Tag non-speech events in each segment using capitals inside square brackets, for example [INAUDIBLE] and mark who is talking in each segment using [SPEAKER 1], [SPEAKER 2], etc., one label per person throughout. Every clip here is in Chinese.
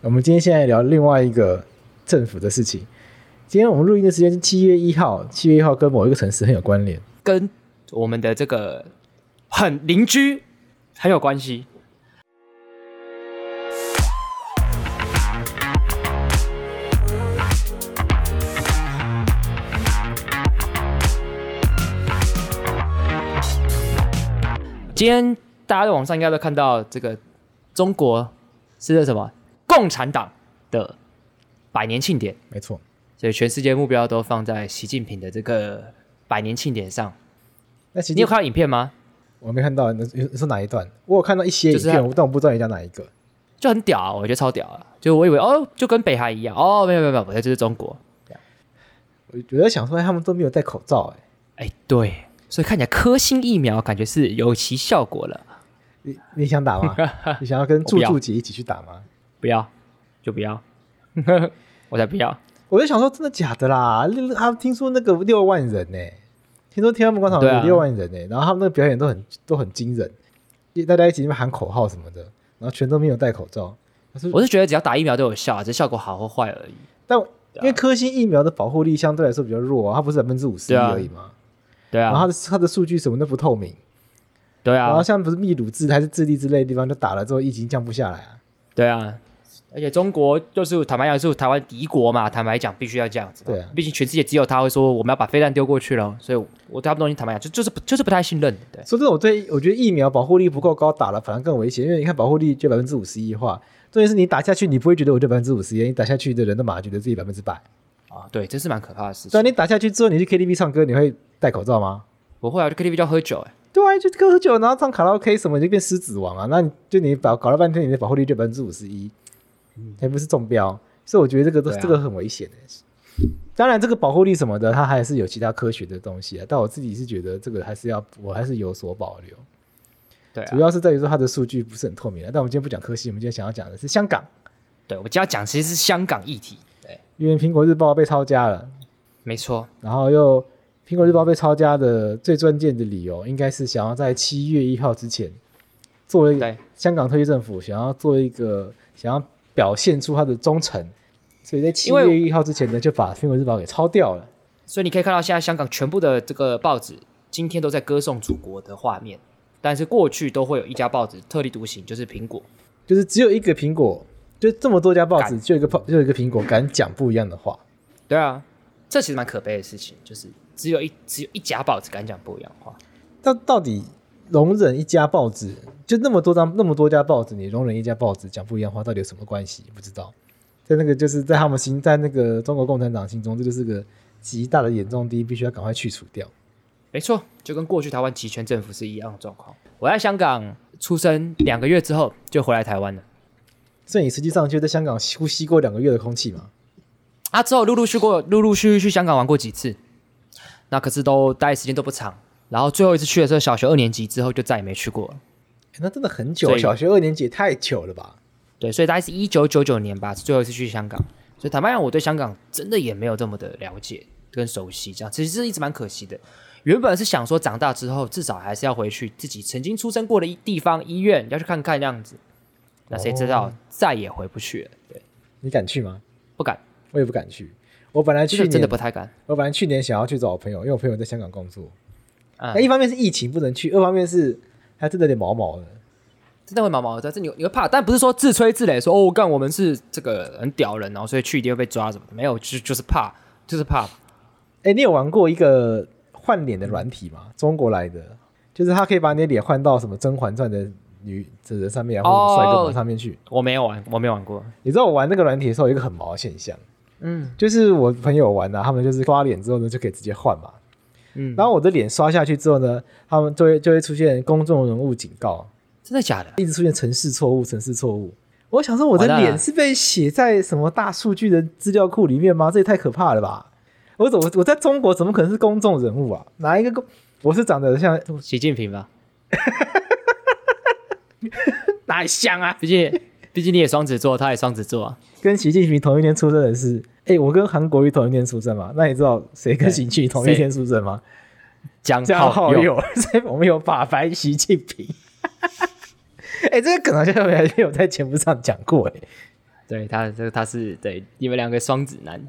[SPEAKER 1] 我们今天现在聊另外一个政府的事情。今天我们录音的时间是七月一号，七月一号跟某一个城市很有关联。
[SPEAKER 2] 跟我们的这个很邻居很有关系。今天大家在网上应该都看到，这个中国是这什么共产党的百年庆典，
[SPEAKER 1] 没错，
[SPEAKER 2] 所以全世界目标都放在习近平的这个百年庆典上。
[SPEAKER 1] 那其
[SPEAKER 2] 你
[SPEAKER 1] 实
[SPEAKER 2] 有看到影片吗？
[SPEAKER 1] 我没看到，你你你说哪一段？我有看到一些影
[SPEAKER 2] 就是他
[SPEAKER 1] 片，我但我不知道你讲哪一个。
[SPEAKER 2] 就很屌、啊，我觉得超屌啊！就我以为哦，就跟北韩一样哦，没有没有没有，这就是中国。
[SPEAKER 1] 我我在想说，他们都没有戴口罩、哎，
[SPEAKER 2] 哎，对，所以看起来科兴疫苗感觉是有其效果了。
[SPEAKER 1] 你你想打
[SPEAKER 2] [LAUGHS]
[SPEAKER 1] 吗？你想要跟
[SPEAKER 2] 我
[SPEAKER 1] 柱
[SPEAKER 2] 不要
[SPEAKER 1] 柱姐一起去打吗？
[SPEAKER 2] 不要，就不要， [LAUGHS] 我才不要。
[SPEAKER 1] 我就想说，真的假的啦？六他们听说那个六万人呢、听说天安门广场
[SPEAKER 2] 对
[SPEAKER 1] 有
[SPEAKER 2] 啊
[SPEAKER 1] 六万人呢、然后他们那个表演都很都很惊人，大家一起在那边喊口号什么的，然后全都没有戴口罩。可是
[SPEAKER 2] 我是觉得只要打疫苗都有效啊，只是效果好或坏而已。
[SPEAKER 1] 但
[SPEAKER 2] 啊
[SPEAKER 1] 因为科兴疫苗的保护力相对来说比较弱啊，它不是百分之五十
[SPEAKER 2] 对啊
[SPEAKER 1] 而已嘛，
[SPEAKER 2] 对
[SPEAKER 1] 然后它
[SPEAKER 2] 啊，
[SPEAKER 1] 的它的数据什么都不透明。
[SPEAKER 2] 对
[SPEAKER 1] 然后
[SPEAKER 2] 啊，
[SPEAKER 1] 像不是秘鲁治还是智利之类的地方，就打了之后疫情降不下来啊。
[SPEAKER 2] 对啊。而且中国就是坦白讲，是台湾敌国嘛，坦白讲必须要这样子嘛。
[SPEAKER 1] 对啊
[SPEAKER 2] 毕竟全世界只有他会说我们要把飞弹丢过去了，所以我对他们东西坦白讲就就是不就是不太信任的。对，
[SPEAKER 1] 说真的，我对我觉得疫苗保护力不够高，打了反而更危险，因为你看保护力就百分之五十一的话，重点是你打下去，你不会觉得我就百分之五十一，你打下去的人都马上觉得自己百分之百。
[SPEAKER 2] 啊，对，真是蛮可怕的事
[SPEAKER 1] 对啊，
[SPEAKER 2] 情。
[SPEAKER 1] 你打下去之后，你去 KTV 唱歌，你会戴口罩吗？
[SPEAKER 2] 我后来去 KTV 就要喝酒、欸，
[SPEAKER 1] 对啊，就喝酒，然后唱卡拉 OK 什么，你就变狮子王啊！那你就你搞搞了半天，你的保护力就百分之五十一，还不是中标，所以我觉得这个都、
[SPEAKER 2] 嗯对啊
[SPEAKER 1] 这个很危险的。当然，这个保护力什么的，它还是有其他科学的东西啊。但我自己是觉得这个还是要，我还是有所保留。
[SPEAKER 2] 对啊
[SPEAKER 1] 主，要是在于说它的数据不是很透明啊。但我们今天不讲科系，我们今天想要讲的是香港，
[SPEAKER 2] 对，我今天要讲其实是香港议题。对，
[SPEAKER 1] 因为苹果日报被抄家了，
[SPEAKER 2] 没错，
[SPEAKER 1] 然后又苹果日报被抄家的最关键的理由，应该是想要在七月一号之前，作为
[SPEAKER 2] 对
[SPEAKER 1] 香港特区政府想要做一个想要表现出他的忠诚，所以在七
[SPEAKER 2] 因为
[SPEAKER 1] 月一号之前呢，就把苹果日报给抄掉了。
[SPEAKER 2] 所以你可以看到现在香港全部的这个报纸今天都在歌颂祖国的画面，但是过去都会有一家报纸特立独行，就是苹果。
[SPEAKER 1] 就是只有一个苹果，就这么多家报纸，
[SPEAKER 2] 敢
[SPEAKER 1] 就一个报，就一个苹果敢讲不一样的话。
[SPEAKER 2] 对啊，这其实蛮可悲的事情，就是只有一只有一家报纸敢讲不一样的话。
[SPEAKER 1] 到到底容忍一家报纸，就那么多张那么多家报纸，你容忍一家报纸讲不一样话，到底有什么关系？不知道。在那个就是在他们心，在那个中国共产党心中，这就是个极大的眼中钉，必须要赶快去除掉。
[SPEAKER 2] 没错，就跟过去台湾集权政府是一样的状况。我在香港出生两个月之后就回来台湾了，
[SPEAKER 1] 所以你实际上就在香港呼吸过两个月的空气嘛？
[SPEAKER 2] 啊，之后陆陆续过，陆陆续续去香港玩过几次，那可是都待时间都不长。然后最后一次去的时候，小学二年级之后就再也没去过了。
[SPEAKER 1] 诶那真的很久，
[SPEAKER 2] 所以
[SPEAKER 1] 小学二年级也太久了吧？
[SPEAKER 2] 对，所以大概是一九九九年吧，是最后一次去香港。所以坦白讲，我对香港真的也没有这么的了解跟熟悉，这样其实是一直蛮可惜的。原本是想说长大之后至少还是要回去自己曾经出生过的一地方医院要去看看这样子，那谁知
[SPEAKER 1] 哦
[SPEAKER 2] 道再也回不去了，对，
[SPEAKER 1] 你敢去吗？
[SPEAKER 2] 不敢，
[SPEAKER 1] 我也不敢去。我本来
[SPEAKER 2] 就
[SPEAKER 1] 去
[SPEAKER 2] 是
[SPEAKER 1] 年
[SPEAKER 2] 真的不太敢。
[SPEAKER 1] 我本来去年想要去找我朋友，因为我朋友在香港工作。
[SPEAKER 2] 啊
[SPEAKER 1] 那、一方面是疫情不能去，二方面是还真的有点毛毛的。
[SPEAKER 2] 真的会毛毛的，这你你会怕，但不是说自吹自擂说哦，干我们是这个很屌人，然后所以去一定会被抓什么的，没有，就就是怕，就是怕。
[SPEAKER 1] 哎、你有玩过一个换脸的软体吗？中国来的，就是它可以把你的脸换到什么《甄嬛传》的女子人上面，啊然后
[SPEAKER 2] 哦
[SPEAKER 1] 帅哥们上面去。
[SPEAKER 2] 我没有玩，我没有玩过，
[SPEAKER 1] 你知道我玩那个软体的时候，有一个很毛的现象，
[SPEAKER 2] 嗯
[SPEAKER 1] 就是我朋友玩啊，他们就是刷脸之后呢，就可以直接换嘛。
[SPEAKER 2] 嗯，
[SPEAKER 1] 然后我的脸刷下去之后呢，他们就会就会出现公众人物警告，
[SPEAKER 2] 真的假的？
[SPEAKER 1] 一直出现城市错误，城市错误。我想说，我的
[SPEAKER 2] 完蛋了
[SPEAKER 1] 脸是被写在什么大数据的资料库里面吗？这也太可怕了吧！我怎么我在中国怎么可能是公众人物啊？哪一个公？我是长得像
[SPEAKER 2] 习近平吧，
[SPEAKER 1] 哪里像啊？
[SPEAKER 2] 毕竟 [LAUGHS] 毕竟你也双子座，他也双子座啊，
[SPEAKER 1] 跟习近平同一天出生的是，哎、我跟韩国瑜同一天出生嘛？那你知道谁跟习近平同一天出生吗？
[SPEAKER 2] 江
[SPEAKER 1] 江
[SPEAKER 2] 浩
[SPEAKER 1] 浩
[SPEAKER 2] 佑，
[SPEAKER 1] 佑， [LAUGHS] 所以我们有法白习 [LAUGHS] 近平。哎、这个可能好像没有在节目上讲过哎、
[SPEAKER 2] 对他，这个他是对你们两个双子男，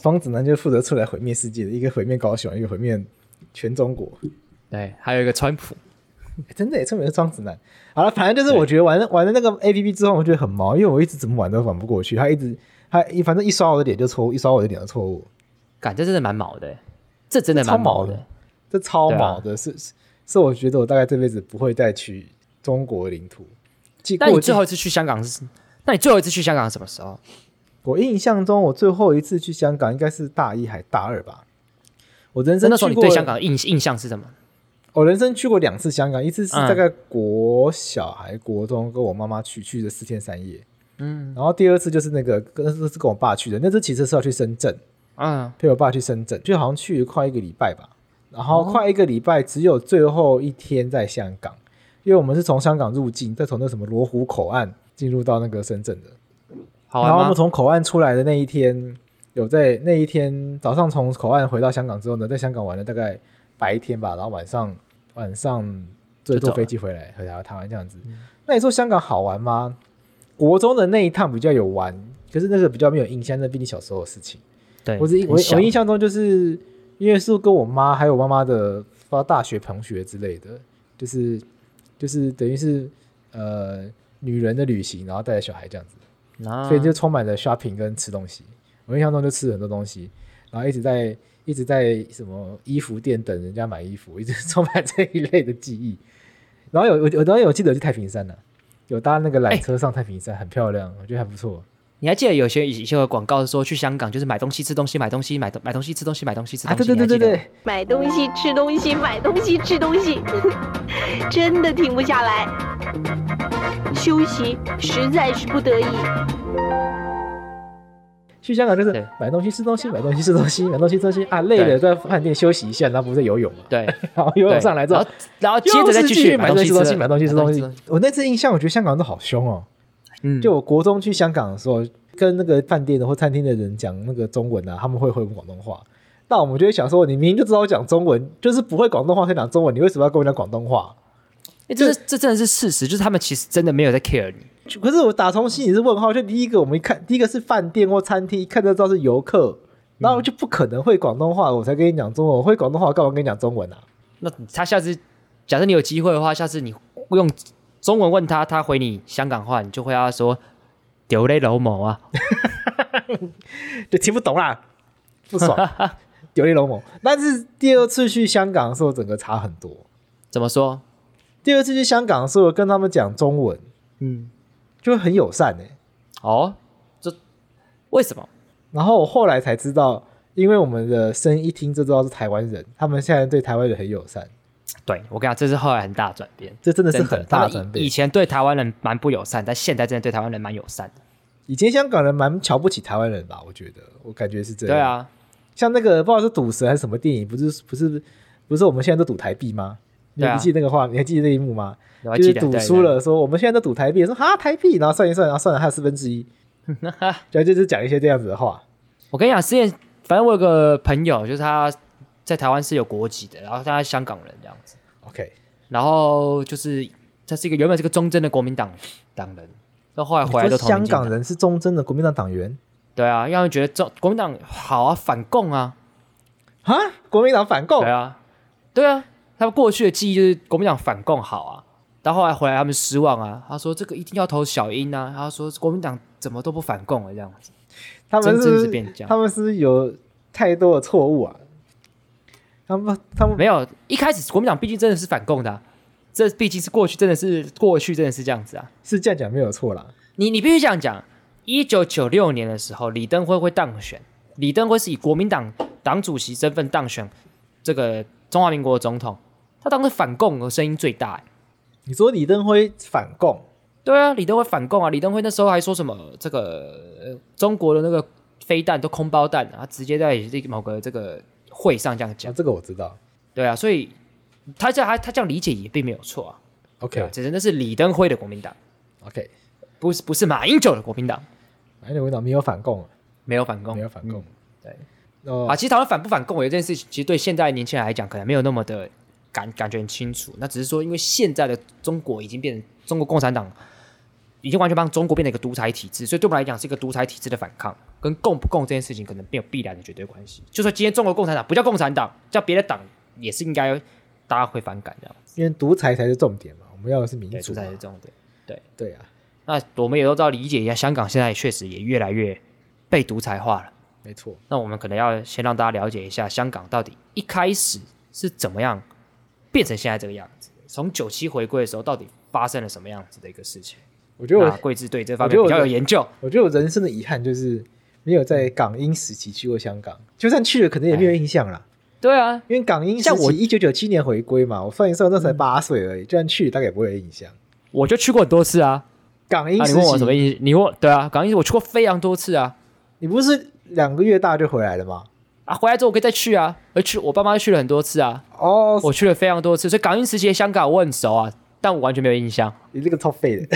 [SPEAKER 1] 方子南就是负责出来毁灭世界的，一个毁灭高雄，一个毁灭全中国。
[SPEAKER 2] 对，还有一个川普，
[SPEAKER 1] 欸真的耶，这么是双子男。好了，反正就是我觉得玩玩了那个 A P P 之后，我觉得很毛，因为我一直怎么玩都玩不过去。他一直他一反正一刷我的脸就错误，一刷我的脸就错误，
[SPEAKER 2] 感这真的蛮毛的，这真的
[SPEAKER 1] 超
[SPEAKER 2] 蛮
[SPEAKER 1] 毛
[SPEAKER 2] 的
[SPEAKER 1] 的。，这超
[SPEAKER 2] 对啊
[SPEAKER 1] 毛的，是是是，我觉得我大概这辈子不会再去中国领土。记
[SPEAKER 2] 那
[SPEAKER 1] 我
[SPEAKER 2] 你
[SPEAKER 1] 记
[SPEAKER 2] 最后一次去香港是？那你最后一次去香港是什么时候？
[SPEAKER 1] 我印象中，我最后一次去香港应该是大一还大二吧。我人生
[SPEAKER 2] 那时候
[SPEAKER 1] 去
[SPEAKER 2] 你
[SPEAKER 1] 过
[SPEAKER 2] 对香港的印印象是什么？
[SPEAKER 1] 我人生去过两次香港，一次是
[SPEAKER 2] 嗯
[SPEAKER 1] 大概国小还国中跟我妈妈去，去了四天三夜。
[SPEAKER 2] 嗯
[SPEAKER 1] 然后第二次就是那个跟那次是跟我爸去的，那次其实是要去深圳，
[SPEAKER 2] 嗯，
[SPEAKER 1] 陪我爸去深圳，就好像去快一个礼拜吧。然
[SPEAKER 2] 哦
[SPEAKER 1] 后快一个礼拜，只有最后一天在香港，因为我们是从香港入境，再从那什么罗湖口岸进入到那个深圳的。
[SPEAKER 2] 好
[SPEAKER 1] 然后我
[SPEAKER 2] 玩
[SPEAKER 1] 们
[SPEAKER 2] 吗？
[SPEAKER 1] 从口岸出来的那一天，有在那一天早上从口岸回到香港之后呢，在香港玩了大概白天吧，然后晚上晚上再
[SPEAKER 2] 就走
[SPEAKER 1] 坐
[SPEAKER 2] 了
[SPEAKER 1] 飞机回来回台台湾这样子。
[SPEAKER 2] 嗯
[SPEAKER 1] 那你说香港好玩吗？国中的那一趟比较有玩，可是那个比较没有印象，那毕竟小时候的事情。
[SPEAKER 2] 对，
[SPEAKER 1] 我只我
[SPEAKER 2] 很小
[SPEAKER 1] 我印象中就是因为是跟我妈还有妈妈的发大学同学之类的，就是就是等于是呃女人的旅行，然后带着小孩这样子。
[SPEAKER 2] 啊
[SPEAKER 1] 所以就充满了 shopping 跟吃东西。我印象中就吃了很多东西，然后一直在一直在什么衣服店等人家买衣服，一直充满这一类的记忆。然后有我我当时有记得去太平山呢、有搭那个
[SPEAKER 2] 哎
[SPEAKER 1] 缆车上太平山，很漂亮，我觉得还不错。
[SPEAKER 2] 你还记得有些以前有广告说去香港就是买东西吃东西买东西买东买东西吃东西买东西吃
[SPEAKER 1] 啊，
[SPEAKER 2] 东西
[SPEAKER 1] 对对对对，
[SPEAKER 2] 你还记
[SPEAKER 1] 对，
[SPEAKER 3] 买东西、吃东西、买东西、吃东西， [LAUGHS] 真的停不下来。休息实在是不得已。
[SPEAKER 1] 去香港就是
[SPEAKER 2] 对
[SPEAKER 1] 买东西吃东西，买东西吃东西，买东西吃东西啊，累了在饭店休息一下，然后不是游泳嘛， [LAUGHS]
[SPEAKER 2] 得对，
[SPEAKER 1] 然后游泳
[SPEAKER 2] 对
[SPEAKER 1] 上来之后
[SPEAKER 2] 然。然后接着再
[SPEAKER 1] 又是
[SPEAKER 2] 继
[SPEAKER 1] 续
[SPEAKER 2] 续
[SPEAKER 1] 买
[SPEAKER 2] 东
[SPEAKER 1] 西
[SPEAKER 2] 西
[SPEAKER 1] 吃东西，买东西吃东西
[SPEAKER 2] 买东西。
[SPEAKER 1] 我那次印象，我觉得香港人都好凶哦。
[SPEAKER 2] 嗯，
[SPEAKER 1] 就我国中去香港的时候，跟那个饭店的或餐厅的人讲那个中文啊，他们会会广东话。那我们就会想说，你明明就知道我讲中文，就是不会广东话，可以讲中文，你为什么要跟我讲广东话？
[SPEAKER 2] 欸这是这真的是事实，就是他们其实真的没有在 care 你。
[SPEAKER 1] 就可是我打从心里是问号，就第一个我们一看，第一个是饭店或餐厅，一看就知道是游客，然后就不可能会广东话，我才跟你讲中文。我会广东话，我干嘛跟你讲中文啊？
[SPEAKER 2] 那他下次假设你有机会的话，下次你用中文问他，他回你香港话，你就会要说丢嘞老某啊，
[SPEAKER 1] 就听不懂啦，不爽，有点龙某。但是第二次去香港的时候，整个差很多。
[SPEAKER 2] 怎么说？
[SPEAKER 1] 第二次去香港的时候，跟他们讲中文，
[SPEAKER 2] 嗯，
[SPEAKER 1] 就很友善哎、
[SPEAKER 2] 哦，这为什么？
[SPEAKER 1] 然后我后来才知道，因为我们的声音一听就知道是台湾人，他们现在对台湾人很友善，
[SPEAKER 2] 对我跟你讲，这是后来很大转变，
[SPEAKER 1] 这真的是
[SPEAKER 2] 真的
[SPEAKER 1] 很大
[SPEAKER 2] 他们
[SPEAKER 1] 转
[SPEAKER 2] 以
[SPEAKER 1] 变
[SPEAKER 2] 以。前对台湾人蛮不友善，但现在真的对台湾人蛮友善的。
[SPEAKER 1] 以前香港人蛮瞧不起台湾人吧？我觉得，我感觉是这样。
[SPEAKER 2] 对，啊，
[SPEAKER 1] 像那个不知道是赌神还是什么电影，不是不是不是我们现在都赌台币吗？你
[SPEAKER 2] 对啊
[SPEAKER 1] 还记得那个画？你还记得那一幕吗？
[SPEAKER 2] 我还
[SPEAKER 1] 就
[SPEAKER 2] 记
[SPEAKER 1] 是
[SPEAKER 2] 得
[SPEAKER 1] 赌
[SPEAKER 2] 对
[SPEAKER 1] 输
[SPEAKER 2] 对
[SPEAKER 1] 了，说我们现在都赌台币，说哈台币，然后算一算，然后算了还有四分之
[SPEAKER 2] [LAUGHS]
[SPEAKER 1] 一，然后就是讲一些这样子的话。
[SPEAKER 2] 我跟你讲，之前反正我有个朋友，就是他在台湾是有国籍的，然后他是香港人这样子，
[SPEAKER 1] OK，
[SPEAKER 2] 然后就是他是一个原本是个忠贞的国民党党人，到后来回来都
[SPEAKER 1] 说
[SPEAKER 2] 投民
[SPEAKER 1] 香
[SPEAKER 2] 进
[SPEAKER 1] 港人是忠贞的国民党党员
[SPEAKER 2] 对啊，让人觉得中国民党好啊，反共啊，
[SPEAKER 1] 啊，国民党反共
[SPEAKER 2] 对啊，对啊，他们过去的记忆就是国民党反共好啊，到后来回来他们失望啊，他说这个一定要投小英啊，他说国民党怎么都不反共了这样子，
[SPEAKER 1] 他们
[SPEAKER 2] 真
[SPEAKER 1] 是不
[SPEAKER 2] 真
[SPEAKER 1] 是
[SPEAKER 2] 是变这样
[SPEAKER 1] 他们是不是有太多的错误啊？他们他们
[SPEAKER 2] 没有一开始国民党毕竟真的是反共的啊、这毕竟是过去真的是过去真的是这样子啊，
[SPEAKER 1] 是这样讲没有错啦。
[SPEAKER 2] 你你必须这样讲，一九九六年的时候，李登辉会当选，李登辉是以国民党党主席身份当选这个中华民国的总统，他当时反共的声音最大、欸。
[SPEAKER 1] 你说李登辉反共，
[SPEAKER 2] 对啊，李登辉反共啊！李登辉那时候还说什么这个、呃中国的那个飞弹都空包弹啊，他直接在这个某个这个会上这样
[SPEAKER 1] 讲、
[SPEAKER 2] 讲。
[SPEAKER 1] 哦这个我知道。
[SPEAKER 2] 对啊，所以他这他他这样理解也并没有错啊，
[SPEAKER 1] OK
[SPEAKER 2] 只是那是李登辉的国民党，
[SPEAKER 1] OK，
[SPEAKER 2] 不是不是马英九的国民党，
[SPEAKER 1] 反正国民党没有反共啊，
[SPEAKER 2] 没有反共
[SPEAKER 1] 没。有反共。
[SPEAKER 2] 对
[SPEAKER 1] 哦
[SPEAKER 2] 嗯啊，，其实讨论反不反共有一件事情，其实对现在年轻人来讲，可能没有那么的感感觉很清楚。那只是说，因为现在的中国已经变成中国共产党已经完全帮中国变成一个独裁体制，所以对我们来讲是一个独裁体制的反抗，跟共不共这件事情可能没有必然的绝对关系。就说今天中国共产党不叫共产党，叫别的党也是应该大家会反感这样子，
[SPEAKER 1] 因为独裁才是重点嘛，我们要的是民
[SPEAKER 2] 对，
[SPEAKER 1] 主
[SPEAKER 2] 这
[SPEAKER 1] 嘛
[SPEAKER 2] 才是重点。对，
[SPEAKER 1] 对啊，
[SPEAKER 2] 那我们也都知道理解一下，香港现在也确实也越来越被独裁化了。
[SPEAKER 1] 没错，
[SPEAKER 2] 那我们可能要先让大家了解一下香港到底一开始是怎么样变成现在这个样子，从九七回归的时候到底发生了什么样子的一个事情。
[SPEAKER 1] 我觉得
[SPEAKER 2] 那
[SPEAKER 1] 我
[SPEAKER 2] 桂枝对这方
[SPEAKER 1] 我觉
[SPEAKER 2] 面
[SPEAKER 1] 得我
[SPEAKER 2] 比较有研究，
[SPEAKER 1] 我觉得我人生的遗憾就是没有在港英时期去过香港，就算去了，可能也没有印象啦。
[SPEAKER 2] 对啊，
[SPEAKER 1] 因为港英
[SPEAKER 2] 像
[SPEAKER 1] 时期
[SPEAKER 2] 我嗯
[SPEAKER 1] 一九九七年回归嘛，我算一算那时候才八岁而已，就算去大概也不会有印象。
[SPEAKER 2] 我就去过很多次啊。
[SPEAKER 1] 港英
[SPEAKER 2] 啊，你
[SPEAKER 1] 时
[SPEAKER 2] 问我什么
[SPEAKER 1] 期，
[SPEAKER 2] 意思？你问我对啊，港英时期我去过非常多次啊。
[SPEAKER 1] 你不是两个月大就回来了吗？
[SPEAKER 2] 啊，回来之后我可以再去啊，而去我爸妈去了很多次啊，
[SPEAKER 1] 哦，
[SPEAKER 2] 我去了非常多次，所以港英时期的香港我很熟啊，但我完全没有印
[SPEAKER 1] [LAUGHS]
[SPEAKER 2] 象，
[SPEAKER 1] 你这个超废的。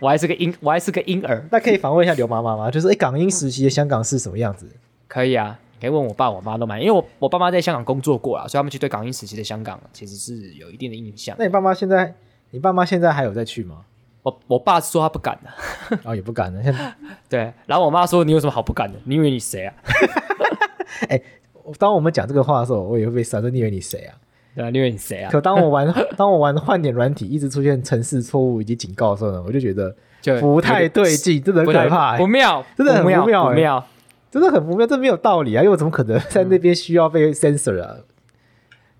[SPEAKER 2] 我还是个婴，我还是个婴儿，
[SPEAKER 1] 那可以访问一下刘妈妈吗？就是哎，港英时期的香港是什么样子？
[SPEAKER 2] 可以啊，可以问我爸我妈都蛮，因为我我爸妈在香港工作过啊，所以他们就对港英时期的香港其实是有一定的印象。
[SPEAKER 1] 那你爸妈现在，你爸妈现在还有在去吗？
[SPEAKER 2] 我我爸说他不敢的、
[SPEAKER 1] 哦，也不敢了。现在，
[SPEAKER 2] [LAUGHS] 对，然后我妈说你有什么好不敢的？你以为你谁啊？ [LAUGHS]
[SPEAKER 1] 当我们讲这个话的时候，我也会被删。说你以为你谁啊？
[SPEAKER 2] 对啊，你以为你谁啊？
[SPEAKER 1] 可当我玩当我玩换点软体，一直出现城市错误以及警告的时候呢，我就觉得
[SPEAKER 2] 就
[SPEAKER 1] 不太对劲，真的很
[SPEAKER 2] 不太
[SPEAKER 1] 可怕、
[SPEAKER 2] 不
[SPEAKER 1] 欸，
[SPEAKER 2] 妙，
[SPEAKER 1] 真的很
[SPEAKER 2] 不妙，
[SPEAKER 1] 不妙欸
[SPEAKER 2] 不妙。
[SPEAKER 1] 真的很不妙，这没有道理啊！因为我怎么可能在那边需要被 censor 啊？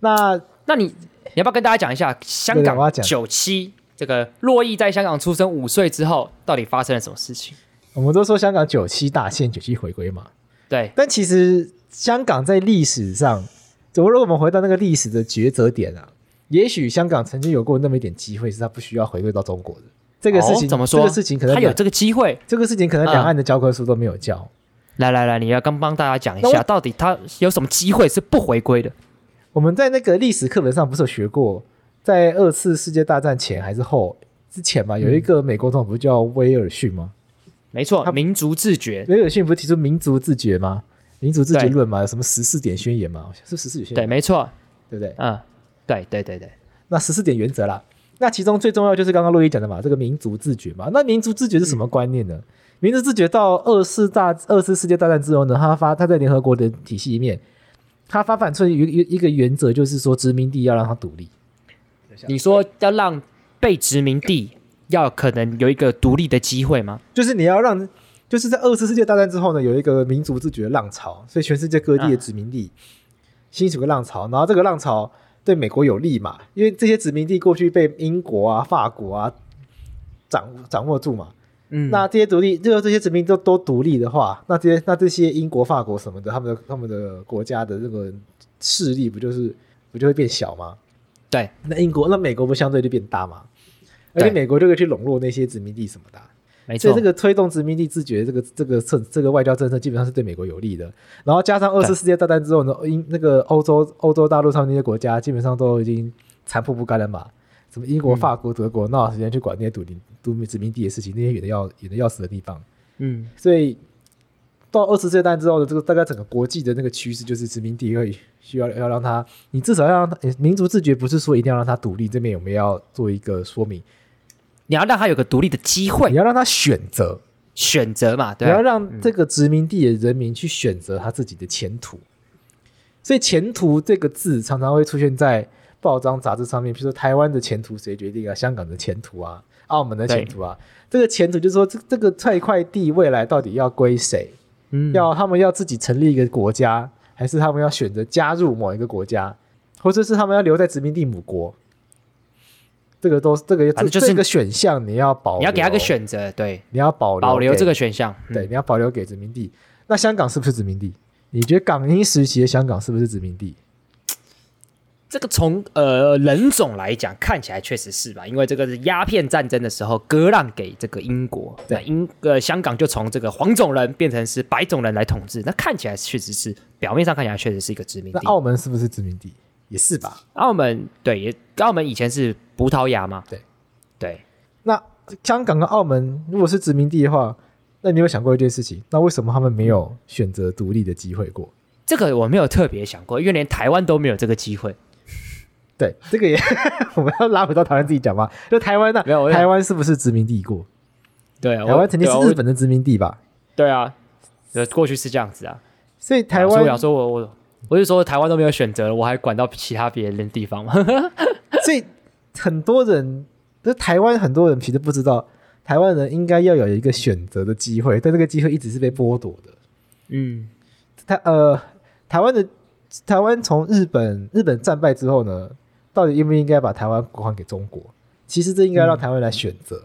[SPEAKER 1] 那
[SPEAKER 2] 那你你要不要跟大家讲一下香
[SPEAKER 1] 对对
[SPEAKER 2] 港
[SPEAKER 1] 我要讲
[SPEAKER 2] 九七这个洛邑在香港出生五岁之后到底发生了什么事情？
[SPEAKER 1] 我们都说香港九七大限，九七回归嘛，
[SPEAKER 2] 对，
[SPEAKER 1] 但其实香港在历史上，如果我们回到那个历史的抉择点啊，也许香港曾经有过那么一点机会，是它不需要回归到中国的。这个事情、
[SPEAKER 2] 哦怎么说？
[SPEAKER 1] 这个事情可能
[SPEAKER 2] 他有啊
[SPEAKER 1] 两
[SPEAKER 2] 这个机会。
[SPEAKER 1] 这个事情可能两岸的教科书都没有教。
[SPEAKER 2] 来来来，你要刚帮大家讲一
[SPEAKER 1] 那我
[SPEAKER 2] 下，到底他有什么机会是不回归的？
[SPEAKER 1] 我们在那个历史课本上不是有学过，在二次世界大战前还是后之前
[SPEAKER 2] 嗯
[SPEAKER 1] 嘛，有一个美国总统不叫威尔逊吗？
[SPEAKER 2] 没错，
[SPEAKER 1] 他
[SPEAKER 2] 民族自觉，
[SPEAKER 1] 威尔逊不是提出民族自觉吗？民族自觉
[SPEAKER 2] 对
[SPEAKER 1] 论嘛，有什么十四点宣言嘛？是十四点宣
[SPEAKER 2] 对，
[SPEAKER 1] 言，
[SPEAKER 2] 没错，
[SPEAKER 1] 对不对？
[SPEAKER 2] 嗯，对对对对，
[SPEAKER 1] 那十四点原则啦。那其中最重要就是刚刚陆毅讲的嘛，这个民族自觉嘛。那民族自觉是什么观念呢？民族自觉到二次大二次世界大战之后呢，他发他在联合国的体系里面，他发反出一一一个原则，就是说殖民地要让它独立。
[SPEAKER 2] 你说要让被殖民地要可能有一个独立的机会吗？
[SPEAKER 1] 就是你要让，就是在二次世界大战之后呢，有一个民族自觉的浪潮，所以全世界各地的
[SPEAKER 2] 嗯
[SPEAKER 1] 殖民地兴起个浪潮，然后这个浪潮对美国有利嘛，因为这些殖民地过去被英国啊、法国啊掌掌握住嘛，
[SPEAKER 2] 嗯，
[SPEAKER 1] 那这些独立，就是这些殖民都都独立的话，那这些那这些英国、法国什么的，他们的他们的国家的这个势力不就是不就会变小吗？
[SPEAKER 2] 对，
[SPEAKER 1] 那英国那美国不相对就变大吗？而且
[SPEAKER 2] 对
[SPEAKER 1] 美国就会去笼络那些殖民地什么的啊、
[SPEAKER 2] 没
[SPEAKER 1] 所
[SPEAKER 2] 错，
[SPEAKER 1] 以这个推动殖民地自觉这个这个策这个外交政策基本上是对美国有利的。然后加上二次
[SPEAKER 2] 对
[SPEAKER 1] 世界大战之后呢，英那个欧洲欧洲大陆上那些国家基本上都已经残破不堪了嘛。什么英
[SPEAKER 2] 嗯
[SPEAKER 1] 国、法国、德国，哪有时间去管那些独立、独民殖民地的事情？那些远的要远的要死的地方。
[SPEAKER 2] 嗯，
[SPEAKER 1] 所以到二次世界大战之后的这个大概整个国际的那个趋势就是殖民地会需要要让它，你至少要让它诶民族自觉，不是说一定要让它独立。这边有没有要做一个说明？
[SPEAKER 2] 你要让他有个独立的机
[SPEAKER 1] 你
[SPEAKER 2] 会
[SPEAKER 1] 要让它选择，
[SPEAKER 2] 选择嘛，对
[SPEAKER 1] 你
[SPEAKER 2] 啊
[SPEAKER 1] 要让这个殖民地的人民去选择他自己的前途。所以“前途”这个字常常会出现在报章杂志上面，比如说台湾的前途谁决定啊，香港的前途啊，澳门的前途啊。这个前途就是说，这这个这一块地未来到底要归谁？
[SPEAKER 2] 嗯
[SPEAKER 1] 要他们要自己成立一个国家，还是他们要选择加入某一个国家，或者是他们要留在殖民地母国？这个都这个
[SPEAKER 2] 反正
[SPEAKER 1] 这
[SPEAKER 2] 就是
[SPEAKER 1] 这个选项你要保留，
[SPEAKER 2] 你要给他个，选择，对，
[SPEAKER 1] 你要保留
[SPEAKER 2] 保留
[SPEAKER 1] 给
[SPEAKER 2] 这个选项，嗯
[SPEAKER 1] 对，你要保留给殖民地。那香港是不是殖民地？你觉得港英时期的香港是不是殖民地？
[SPEAKER 2] 这个从呃人种来讲，看起来确实是吧？因为这个是鸦片战争的时候割让给这个英国，
[SPEAKER 1] 对
[SPEAKER 2] 那英呃香港就从这个黄种人变成是白种人来统治，那看起来确实是表面上看起来确实是一个殖民
[SPEAKER 1] 那
[SPEAKER 2] 地。嗯
[SPEAKER 1] 澳门是不是殖民地？也是吧。
[SPEAKER 2] 澳门对，也澳门以前是葡萄牙嘛，
[SPEAKER 1] 对
[SPEAKER 2] 对，
[SPEAKER 1] 那香港跟澳门如果是殖民地的话，那你有没有想过一件事情？那为什么他们没有选择独立的机会过？
[SPEAKER 2] 这个我没有特别想过，因为连台湾都没有这个机会。 [LAUGHS]
[SPEAKER 1] 对，这个也 [LAUGHS] 我们要拉回到台湾自己讲嘛，就台湾呢
[SPEAKER 2] 没有我，想
[SPEAKER 1] 台湾是不是殖民帝国？
[SPEAKER 2] 对啊，
[SPEAKER 1] 台湾曾经是日
[SPEAKER 2] 日
[SPEAKER 1] 本的殖民地吧？
[SPEAKER 2] 对啊，呃，过去是这样子啊。
[SPEAKER 1] 所以台
[SPEAKER 2] 所以我
[SPEAKER 1] 湾
[SPEAKER 2] 想说我我我就说台湾都没有选择了，我还管到其他别人的地方吗？
[SPEAKER 1] 所以很多人，就台湾很多人其实不知道，台湾人应该要有一个选择的机会，但这个机会一直是被剥夺的。
[SPEAKER 2] 嗯，
[SPEAKER 1] 台呃，台湾的台湾从日本日本战败之后呢，到底应不应该把台湾归还给中国？其实这应该让台湾来选择，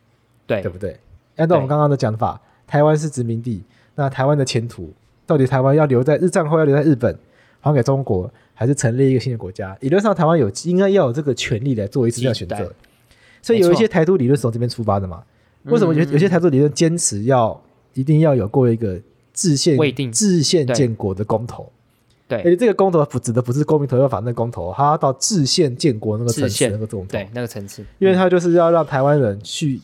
[SPEAKER 2] [LAUGHS] 对
[SPEAKER 1] 对，不对？哎按照我们
[SPEAKER 2] 对
[SPEAKER 1] 刚刚的讲法，台湾是殖民地，那台湾的前途到底台湾要留在日战后要留在日本，还给中国，还是成立一个新的国家？理论上，台湾有应该要有这个权利来做一次这样的选
[SPEAKER 2] 对
[SPEAKER 1] 择。所以有一些台独理论是从这边出发的嘛？为什么有
[SPEAKER 2] 嗯
[SPEAKER 1] 有些台独理论坚持要一定要有过一个制宪
[SPEAKER 2] 未定
[SPEAKER 1] 制宪
[SPEAKER 2] 对
[SPEAKER 1] 建国的公投？而
[SPEAKER 2] 对
[SPEAKER 1] 且这个公投不指的不是公民投票法那个公投，它要到制宪建国那个层
[SPEAKER 2] 制
[SPEAKER 1] 次
[SPEAKER 2] 宪
[SPEAKER 1] 那个总统
[SPEAKER 2] 对，，那个层次，嗯
[SPEAKER 1] 因为它就是要让台湾人去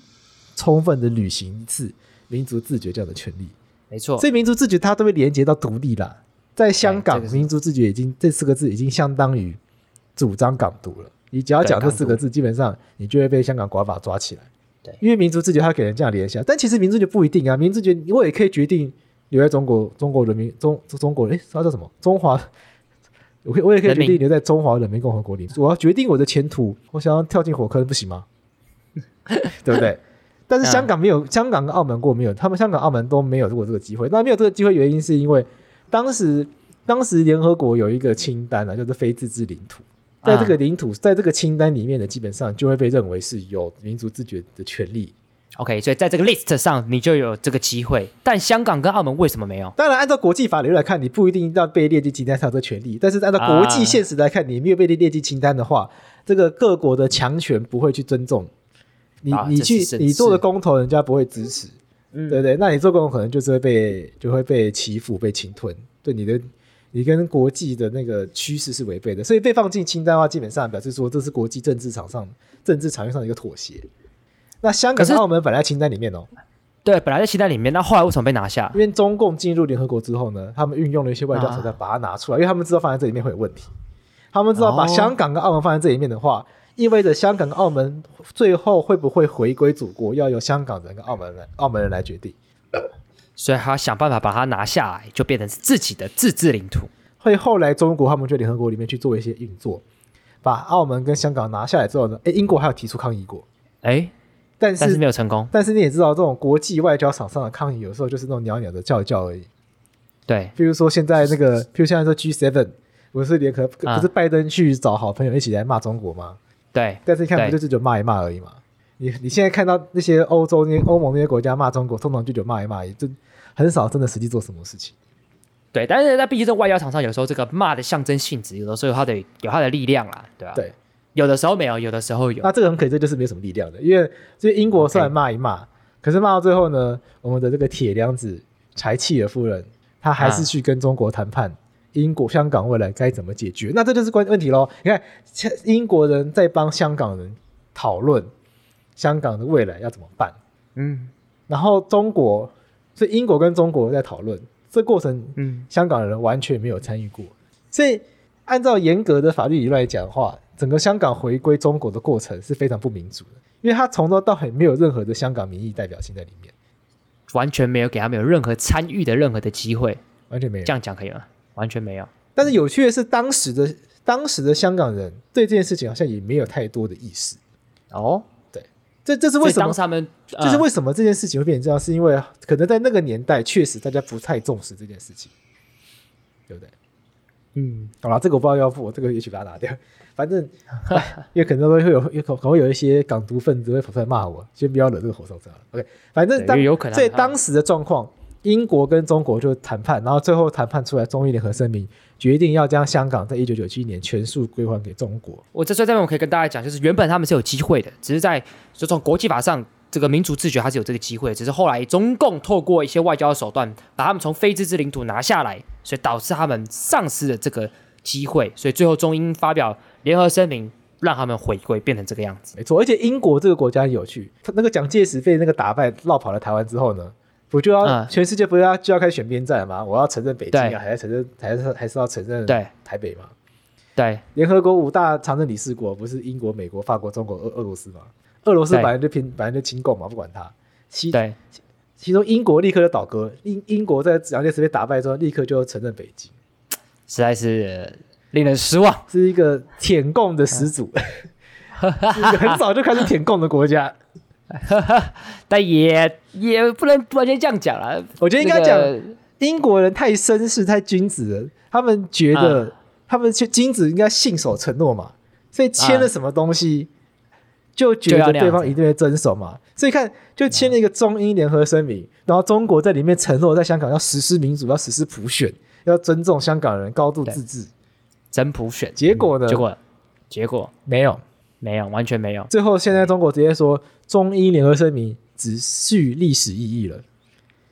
[SPEAKER 1] 充分的履行一次民族自决这样的权利。
[SPEAKER 2] 没错，哎
[SPEAKER 1] 所以民族自决它都会连接到独立啦。在香港
[SPEAKER 2] 对这，个是
[SPEAKER 1] 民族自决已经这四个字已经相当于主张港独了。你只要讲这四个字，基本上你就会被香港国安法抓起来。
[SPEAKER 2] 对
[SPEAKER 1] 因为民族自决它给人这样联想，但其实民族自决不一定啊。民族自决我也可以决定留在中国，中国人民中中中国哎，它叫什么？中华。 [LAUGHS] 我可以，我也可以决
[SPEAKER 2] 人
[SPEAKER 1] 定
[SPEAKER 2] 民
[SPEAKER 1] 留在中华人民共和国里。我要决定我的前途，我想要跳进火坑，不行吗？ [LAUGHS] 对不对？但是香港没有，香港跟澳门过没有，他们香港、澳门都没有过这个机会。那没有这个机会，原因是因为当时当时联合国有一个清单啊，就是非自治领土，在这个领土，在这个清单里面的，基本上就会被认为是有民族自决的权利。
[SPEAKER 2] OK，所以在这个 list 上你就有这个机会，但香港跟澳门为什么没有？
[SPEAKER 1] 当然，按照国际法理论来看，你不一定要被列进清单上的权利，但是按照国际
[SPEAKER 2] 啊
[SPEAKER 1] 现实来看，你没有被列进清单的话，这个各国的强权不会去尊重你，
[SPEAKER 2] 啊
[SPEAKER 1] 你
[SPEAKER 2] 这
[SPEAKER 1] 去
[SPEAKER 2] 是是
[SPEAKER 1] 你做的公投，人家不会支持，
[SPEAKER 2] 嗯
[SPEAKER 1] 对不对？那你做公投可能就是会被就会被欺负、被侵吞，对你的你跟国际的那个趋势是违背的，所以被放进清单的话，基本上表示说这是国际政治场上政治场面上的一个妥协。那香港、
[SPEAKER 2] 可是
[SPEAKER 1] 跟澳门本来在清单里面哦，
[SPEAKER 2] 对，本来在期待里面，那后来为什么被拿下
[SPEAKER 1] 因？为中共进入联合国之后呢，他们运用了一些
[SPEAKER 2] 啊
[SPEAKER 1] 外交手段把它拿出来，因为他们知道放在这里面会有问题。他们知道把
[SPEAKER 2] 哦
[SPEAKER 1] 香港跟澳门放在这里面的话，意味着香港跟澳门最后会不会回归祖国，要由香港人跟澳门人澳门人来决定。
[SPEAKER 2] 所以他想办法把它拿下来，就变成是自己的自治领土。
[SPEAKER 1] 会后来中国他们去联合国里面去做一些运作，把澳门跟香港拿下来之后呢，诶，英国还有提出抗议过，
[SPEAKER 2] 哎，
[SPEAKER 1] 但
[SPEAKER 2] 但
[SPEAKER 1] 是
[SPEAKER 2] 是没有成功。
[SPEAKER 1] 但是你也知道，这种国际外交场上的抗议有时候就是那种袅袅的叫一叫而已。
[SPEAKER 2] 对，
[SPEAKER 1] 譬如说现在那
[SPEAKER 2] [LAUGHS]
[SPEAKER 1] 个，譬如现在说 G seven，不是联合，
[SPEAKER 2] 啊
[SPEAKER 1] 不是拜登去找好朋友一起来骂中国吗？
[SPEAKER 2] 对，
[SPEAKER 1] 但是你看，不
[SPEAKER 2] 对
[SPEAKER 1] 就是就骂一骂而已嘛。你你现在看到那些欧洲那些欧盟那些国家骂中国，通常就就骂一骂而已，就很少真的实际做什么事情。
[SPEAKER 2] 对，但是在毕竟这外交场上，有时候这个骂的象征性质，有的时候有它的有它的力量啦，对吧、啊
[SPEAKER 1] 对，
[SPEAKER 2] 有的时候没有，有的时候有。
[SPEAKER 1] 那这个很可惜，这就是没有什么力量的，因为所以英国虽然骂一骂，可是骂到最后呢，我们的这个铁娘子柴契尔夫人，她还是
[SPEAKER 2] 啊
[SPEAKER 1] 去跟中国谈判。英国、香港未来该怎么解决？那这就是关问题喽。你看，现英国人在帮香港人讨论香港的未来要怎么办，
[SPEAKER 2] 嗯
[SPEAKER 1] 然后中国，所以英国跟中国在讨论，这过程
[SPEAKER 2] 嗯，
[SPEAKER 1] 香港人完全没有参与过。所以，按照严格的法律理论来讲的话，整个香港回归中国的过程是非常不民主的，因为它从头到尾没有任何的香港民意代表性在里面，
[SPEAKER 2] 完全没有给他们有任何参与的任何的机会。
[SPEAKER 1] 完全没有
[SPEAKER 2] 这。样讲可以吗？完全没有。
[SPEAKER 1] 但是有趣的是，当时的当时的香港人对这件事情好像也没有太多的意识。
[SPEAKER 2] 哦，
[SPEAKER 1] 这这是为什
[SPEAKER 2] 所以
[SPEAKER 1] 么
[SPEAKER 2] 当？时他们呃
[SPEAKER 1] 这是为什么这件事情会变成这样？是因为可能在那个年代，确实大家不太重视这件事情，对不对？
[SPEAKER 2] 嗯，
[SPEAKER 1] 好啦，这个我不知道要不，我这个也许把它拿掉。反
[SPEAKER 2] [LAUGHS]
[SPEAKER 1] 正，哎因为可能会有，有可能会有一些港独分子会跑出来骂我，先不要惹这个火上身了。OK，反正
[SPEAKER 2] 对
[SPEAKER 1] 当
[SPEAKER 2] 有可能
[SPEAKER 1] 所以
[SPEAKER 2] 啊
[SPEAKER 1] 当时的状况，英国跟中国就谈判，然后最后谈判出来中英联合声明，决定要将香港在一九九七年全数归还给中国。
[SPEAKER 2] 我在这边我可以跟大家讲，就是原本他们是有机会的，只是在就从国际法上。这个民族自觉还是有这个机会，只是后来中共透过一些外交手段，把他们从非自治领土拿下来，所以导致他们丧失了这个机会，所以最后中英发表联合声明，让他们回归，变成这个样子。
[SPEAKER 1] 没错，而且英国这个国家很有趣，他那个蒋介石被那个打败，绕跑了台湾之后呢，不就要、
[SPEAKER 2] 嗯
[SPEAKER 1] 全世界不是要就要开始选边站了吗？我要承认北京
[SPEAKER 2] 对
[SPEAKER 1] 啊，还是承认还是还是要承认
[SPEAKER 2] 对
[SPEAKER 1] 台北嘛？
[SPEAKER 2] 对
[SPEAKER 1] 联合国五大常任理事国不是英国、美国、法国、中国、俄俄罗斯吗？俄罗斯
[SPEAKER 2] 对
[SPEAKER 1] 本来就偏本来就亲共嘛，不管他。其
[SPEAKER 2] 对
[SPEAKER 1] 其中英国立刻就倒戈，英英国在蒋介石被打败之后，立刻就承认北京，
[SPEAKER 2] 实在是呃令人失望。
[SPEAKER 1] 是一个舔共的始祖，
[SPEAKER 2] 嗯
[SPEAKER 1] [LAUGHS] 是一个很早就开始舔共的国家。
[SPEAKER 2] 但也也不能完全这样讲了。
[SPEAKER 1] 我觉得应该
[SPEAKER 2] [LAUGHS] 那
[SPEAKER 1] 讲
[SPEAKER 2] 个
[SPEAKER 1] 英国人太绅士、太君子了，他们觉得、他们就君子应该信守承诺嘛，所以签了什么东西、就觉
[SPEAKER 2] 就要
[SPEAKER 1] 得
[SPEAKER 2] 那样
[SPEAKER 1] 对
[SPEAKER 2] 子
[SPEAKER 1] 方一定会遵守嘛。所以看，就签了一个中英联合声明，然后中国在里面承诺在香港要实施民主、要实施普选、要尊重香港人高度自治。
[SPEAKER 2] 真普选，
[SPEAKER 1] 结果呢？
[SPEAKER 2] 结果结果
[SPEAKER 1] 没有。
[SPEAKER 2] 没有，完全没有。
[SPEAKER 1] 最后，现在中国直接说中英联合声明只具历史意义了。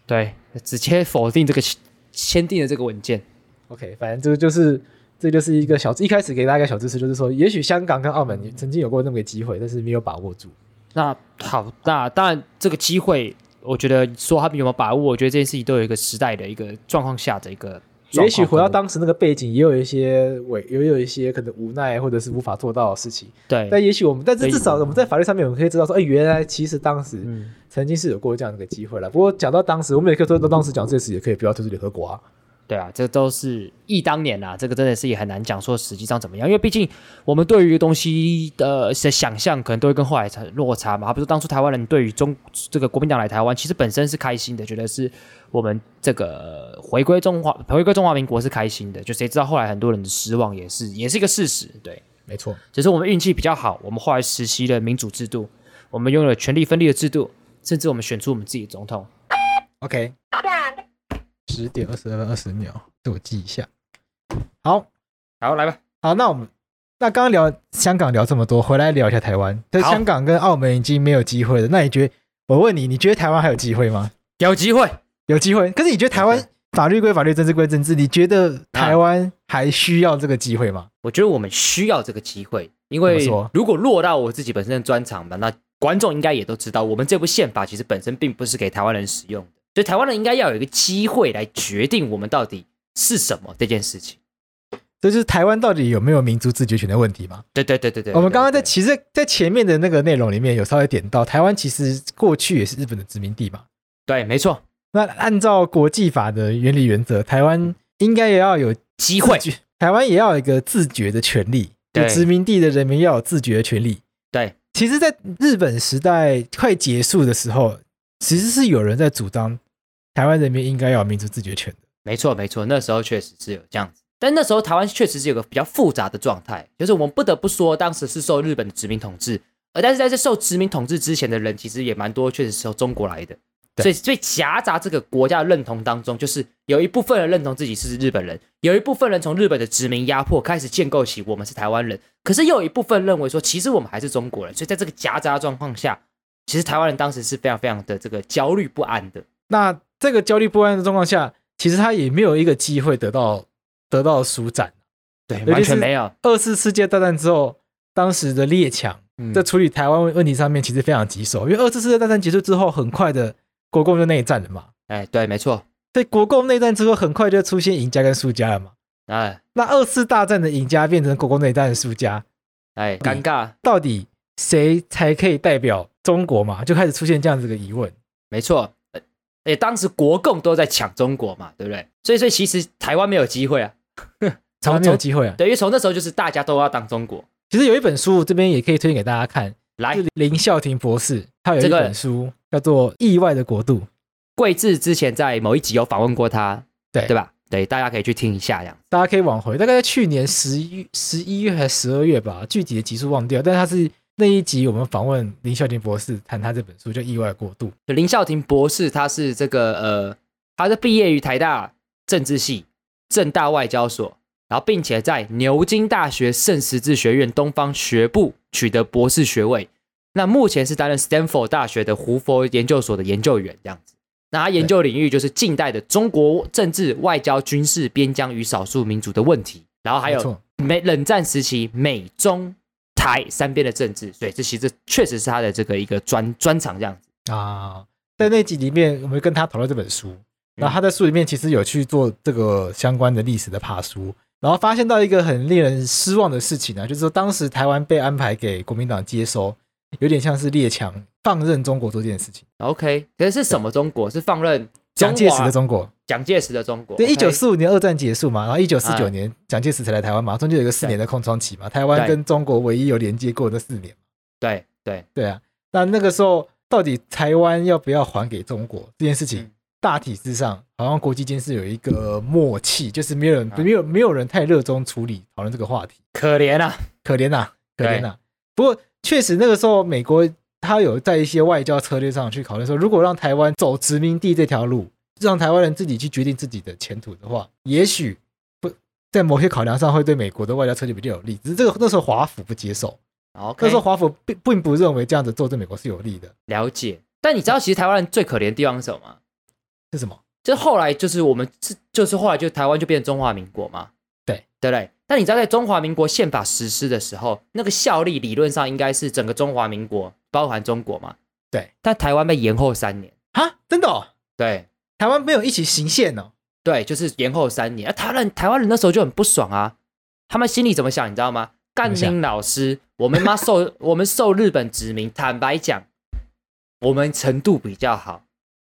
[SPEAKER 2] 对，直接否定这个签订的这个文件。
[SPEAKER 1] OK，反正这个就是这就是一个小一开始给大家一个小知识，就是说，也许香港跟澳门曾经有过那么个机会，但是没有把握住。
[SPEAKER 2] 那好，那当然这个机会，我觉得说他们有没有把握，我觉得这件事情都有一个时代的一个状况下的一个状况。
[SPEAKER 1] 也许回到当时那个背景，也有一些委，也有一些可能无奈或者是无法做到的事情。
[SPEAKER 2] 对
[SPEAKER 1] 但也许我们，但是
[SPEAKER 2] 所以
[SPEAKER 1] 至少我们在法律上面，我们可以知道说，哎、原来其实当时
[SPEAKER 2] 嗯
[SPEAKER 1] 曾经是有过这样的一个机会了。不过讲到当时，我们也可以说，到当时讲这件事也可以不要退出联合国啊。
[SPEAKER 2] 对啊，这都是忆当年啦、这个真的是也很难讲说实际上怎么样，因为毕竟我们对于一个东西的的想象可能都会跟后来产落差嘛。比如当初台湾人对于中这个国民党来台湾，其实本身是开心的，觉得是我们这个呃回归中华回归中华民国是开心的，就谁知道后来很多人的失望也是也是一个事实，对。
[SPEAKER 1] 没错，
[SPEAKER 2] 只是我们运气比较好，我们后来实习了民主制度，我们拥有了权力分立的制度，甚至我们选出我们自己的总统。
[SPEAKER 1] OK，十点二十二分二十秒，这我记一下。好，
[SPEAKER 2] 好，来吧，
[SPEAKER 1] 好，那我们那刚刚聊香港聊这么多，回来聊一下台湾。在
[SPEAKER 2] 好
[SPEAKER 1] 香港跟澳门已经没有机会了，那你觉得？我问你，你觉得台湾还有机会吗？
[SPEAKER 2] 有机会。
[SPEAKER 1] 有机会，可是你觉得台湾法律归法律，政治归政治，你觉得
[SPEAKER 2] 啊
[SPEAKER 1] 台湾还需要这个机会吗？
[SPEAKER 2] 我觉得我们需要这个机会，因
[SPEAKER 1] 怎
[SPEAKER 2] 为
[SPEAKER 1] 么说
[SPEAKER 2] 如果落到我自己本身的专长吧，那观众应该也都知道，我们这部宪法其实本身并不是给台湾人使用的，所以台湾人应该要有一个机会来决定我们到底是什么这件事情。
[SPEAKER 1] 这就是台湾到底有没有民族自决权的问题吗？
[SPEAKER 2] 对对对对对，
[SPEAKER 1] 我们刚刚在
[SPEAKER 2] 对
[SPEAKER 1] 其实，在前面的那个内容里面有稍微点到，台湾其实过去也是日本的殖民地嘛。
[SPEAKER 2] 对，没错，
[SPEAKER 1] 那按照国际法的原理原则，台湾应该也要有
[SPEAKER 2] 机会
[SPEAKER 1] 自觉台湾也要有一个自觉的权利，
[SPEAKER 2] 对
[SPEAKER 1] 有殖民地的人民要有自觉的权利。
[SPEAKER 2] 对，
[SPEAKER 1] 其实，在日本时代快结束的时候，其实是有人在主张台湾人民应该要有民族自觉权的。
[SPEAKER 2] 没错，没错，那时候确实是有这样子，但那时候台湾确实是有个比较复杂的状态，就是我们不得不说，当时是受日本的殖民统治，呃，但是在这受殖民统治之前的人，其实也蛮多，确实是从中国来的，
[SPEAKER 1] 对
[SPEAKER 2] 所以所以夹杂这个国家的认同当中，就是有一部分人认同自己是日本人，有一部分人从日本的殖民压迫开始建构起我们是台湾人，可是又有一部分认为说，其实我们还是中国人，所以在这个夹杂的状况下，其实台湾人当时是非常非常的这个焦虑不安的，
[SPEAKER 1] 那这个焦虑不安的状况下，其实他也没有一个机会得到得到舒展。
[SPEAKER 2] 对，
[SPEAKER 1] 尤
[SPEAKER 2] 完
[SPEAKER 1] 其是
[SPEAKER 2] 全没有，
[SPEAKER 1] 二次世界大战之后，当时的列强
[SPEAKER 2] 嗯
[SPEAKER 1] 在处理台湾问题上面其实非常棘手，因为二次世界大战结束之后，很快的国共就内战了嘛。
[SPEAKER 2] 哎，对，没错，
[SPEAKER 1] 所以国共内战之后，很快就出现赢家跟输家了嘛。
[SPEAKER 2] 哎。
[SPEAKER 1] 那二次大战的赢家变成国共内战的输家，
[SPEAKER 2] 哎，尴尬，
[SPEAKER 1] 到底谁才可以代表中国嘛？就开始出现这样子的疑问。
[SPEAKER 2] 没错。呃哎，当时国共都在抢中国嘛，对不对？所以，所以其实台湾没有机会啊。
[SPEAKER 1] 台湾没有机会啊！
[SPEAKER 2] 对，因为从那时候就是大家都要当中国。
[SPEAKER 1] 其实有一本书，这边也可以推荐给大家看，
[SPEAKER 2] 来
[SPEAKER 1] 是，林孝廷博士，他有一
[SPEAKER 2] 这个
[SPEAKER 1] 本书叫做《意外的国度》。
[SPEAKER 2] 桂志之前在某一集有访问过他，
[SPEAKER 1] 对
[SPEAKER 2] 对吧？对，大家可以去听一下，这样。
[SPEAKER 1] 大家可以往回，大概在去年十一、十一月还是十二月吧，具体的集数忘掉。但他是那一集我们访问林孝廷博士，谈他这本书叫《意外过度》。
[SPEAKER 2] 就林孝廷博士，他是这个呃，他是毕业于台大政治系、政大外交所，然后并且在牛津大学圣十字学院东方学部取得博士学位。那目前是担任 Stanford 大学的胡佛研究所的研究员，这样子。那他研究领域就是近代的中国政治、外交、军事、边疆与少数民族的问题，然后还
[SPEAKER 1] 没
[SPEAKER 2] 有
[SPEAKER 1] 错
[SPEAKER 2] 美冷战时期美中台三边的政治，所以这其实确实是他的这个一个专专长这样子。
[SPEAKER 1] 啊，在那集里面，我们跟他讨论这本书，然后他在书里面其实有去做这个相关的历史的爬书，然后发现到一个很令人失望的事情啊，就是说当时台湾被安排给国民党接收，有点像是列强放任中国做这件事情。
[SPEAKER 2] OK，可是是什么中国？是放任
[SPEAKER 1] 蒋介石的
[SPEAKER 2] 中华
[SPEAKER 1] 中国，
[SPEAKER 2] 蒋介石的中国。
[SPEAKER 1] 对，一
[SPEAKER 2] OK
[SPEAKER 1] 九四五年二战结束嘛，然后一九四九
[SPEAKER 2] 哎
[SPEAKER 1] 年蒋介石才来台湾嘛，中间有一个四年的空窗期嘛，台湾
[SPEAKER 2] 对
[SPEAKER 1] 跟中国唯一有连接过的四年。
[SPEAKER 2] 对对，
[SPEAKER 1] 对啊，那那个时候到底台湾要不要还给中国这件事情，
[SPEAKER 2] 嗯
[SPEAKER 1] 大体制上好像国际间是有一个默契，就是没有人、
[SPEAKER 2] 啊
[SPEAKER 1] 没有没有人太热衷处理讨论这个话题，
[SPEAKER 2] 可怜啊，
[SPEAKER 1] 可怜呐、可
[SPEAKER 2] 对
[SPEAKER 1] 怜呐、不过确实那个时候美国他有在一些外交策略上去考虑说，如果让台湾走殖民地这条路，让台湾人自己去决定自己的前途的话，也许不在某些考量上会对美国的外交策略比较有利，只是这个那时候华府不接受。
[SPEAKER 2] OK，
[SPEAKER 1] 那时候华府并并不认为这样子做对美国是有利的，
[SPEAKER 2] 了解。但你知道，其实台湾人最可怜的地方是什么吗？
[SPEAKER 1] 是什么？
[SPEAKER 2] 就是后来就是我们是就是后来就台湾就变成中华民国嘛，
[SPEAKER 1] 对
[SPEAKER 2] 对不对？但你知道，在中华民国宪法实施的时候，那个效力理论上应该是整个中华民国，包含中国嘛，
[SPEAKER 1] 对。
[SPEAKER 2] 但台湾被延后三年，
[SPEAKER 1] 啊，真的、哦，
[SPEAKER 2] 对
[SPEAKER 1] 台湾没有一起行宪哦。
[SPEAKER 2] 对，就是延后三年。啊、台湾人台湾人那时候就很不爽啊，他们心里怎么想，你知道吗？干
[SPEAKER 1] 怎么
[SPEAKER 2] 宁老师，我们妈受 [LAUGHS] 我们受日本殖民，坦白讲，我们程度比较好，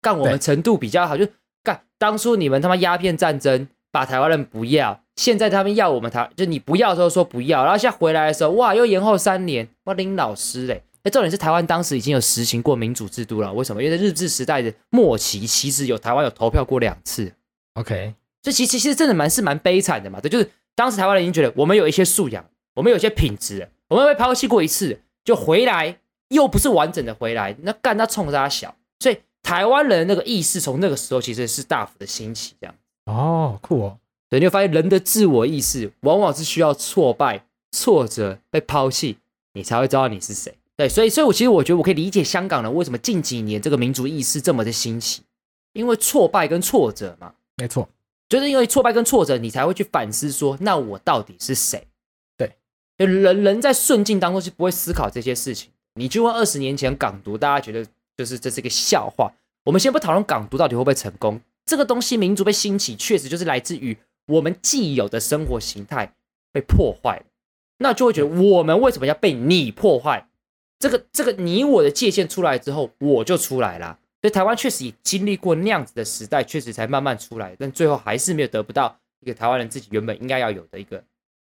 [SPEAKER 2] 干我们
[SPEAKER 1] 对
[SPEAKER 2] 程度比较好，就干当初你们他妈鸦片战争把台湾人不要，现在他们要我们台，就你不要的时候说不要，然后现在回来的时候，哇，又延后三年，哇，林老师嘞。哎，重点是台湾当时已经有实行过民主制度了，为什么？因为在日治时代的末期，其实有台湾有投票过两次，
[SPEAKER 1] OK，
[SPEAKER 2] 所以其其实真的蛮是蛮悲惨的嘛。对，就是当时台湾人已经觉得我们有一些素养，我们有一些品质了，我们被抛弃过一次，就回来又不是完整的回来，那干他冲着他小，所以台湾人那个意识从那个时候其实是大幅的兴起，这样。
[SPEAKER 1] 哦，酷哦，
[SPEAKER 2] 对，你会发现人的自我意识往往是需要挫败、挫折、被抛弃，你才会知道你是谁。对，所以，所以我其实我觉得我可以理解香港人为什么近几年这个民族意识这么的兴起，因为挫败跟挫折嘛。
[SPEAKER 1] 没错，
[SPEAKER 2] 就是因为挫败跟挫折，你才会去反思说，那我到底是谁？
[SPEAKER 1] 对，
[SPEAKER 2] 就人人在顺境当中是不会思考这些事情。你去问二十年前港独，大家觉得就是这是一个笑话。我们先不讨论港独到底会不会成功，这个东西民族被兴起，确实就是来自于我们既有的生活形态被破坏了，那就会觉得我们为什么要被你破坏？这个这个你我的界限出来之后，我就出来啦。所以台湾确实也经历过那样子的时代，确实才慢慢出来，但最后还是没有得不到一个台湾人自己原本应该要有的一个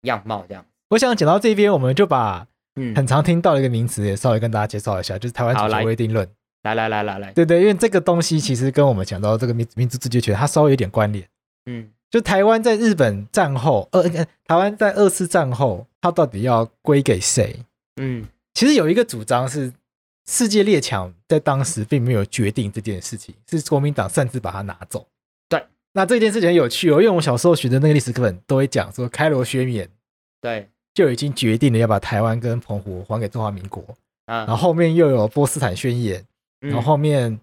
[SPEAKER 2] 样貌。这样，
[SPEAKER 1] 我想讲到这边，我们就把
[SPEAKER 2] 嗯，
[SPEAKER 1] 很常听到的一个名词也稍微跟大家介绍一下，就是台湾
[SPEAKER 2] 好
[SPEAKER 1] 主
[SPEAKER 2] 来
[SPEAKER 1] 权未定论。
[SPEAKER 2] 来来来来来，
[SPEAKER 1] 对对，因为这个东西其实跟我们讲到这个民民族自决权，它稍微有点关联。
[SPEAKER 2] 嗯，
[SPEAKER 1] 就台湾在日本战后，呃，呃台湾在二次战后，它到底要归给谁？
[SPEAKER 2] 嗯
[SPEAKER 1] 其实有一个主张是，世界列强在当时并没有决定这件事情，是国民党擅自把它拿走。
[SPEAKER 2] 对，
[SPEAKER 1] 那这件事情很有趣哦，因为我们小时候学的那个历史课本都会讲说，开罗宣言
[SPEAKER 2] 对，
[SPEAKER 1] 就已经决定了要把台湾跟澎湖还给中华民国，
[SPEAKER 2] 啊，
[SPEAKER 1] 然后后面又有波斯坦宣言，
[SPEAKER 2] 嗯
[SPEAKER 1] 然后后面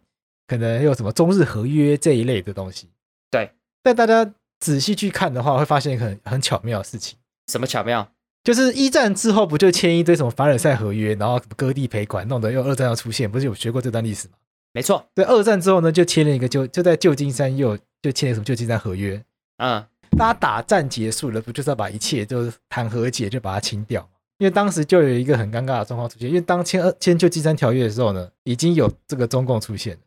[SPEAKER 1] 可能又有什么中日合约这一类的东西。
[SPEAKER 2] 对，
[SPEAKER 1] 但大家仔细去看的话，会发现一个很很巧妙的事情。
[SPEAKER 2] 什么巧妙？
[SPEAKER 1] 就是一战之后不就签一堆什么凡尔赛合约，然后割地赔款，弄得又二战要出现，不是有学过这段历史吗？
[SPEAKER 2] 没错，
[SPEAKER 1] 对，二战之后呢，就签了一个就就在旧金山又有就签了什么旧金山合约。
[SPEAKER 2] 嗯，
[SPEAKER 1] 大家打战结束了，不就是要把一切就是谈和解，就把它清掉嘛？因为当时就有一个很尴尬的状况出现，因为当签二签旧金山条约的时候呢，已经有这个中共出现了，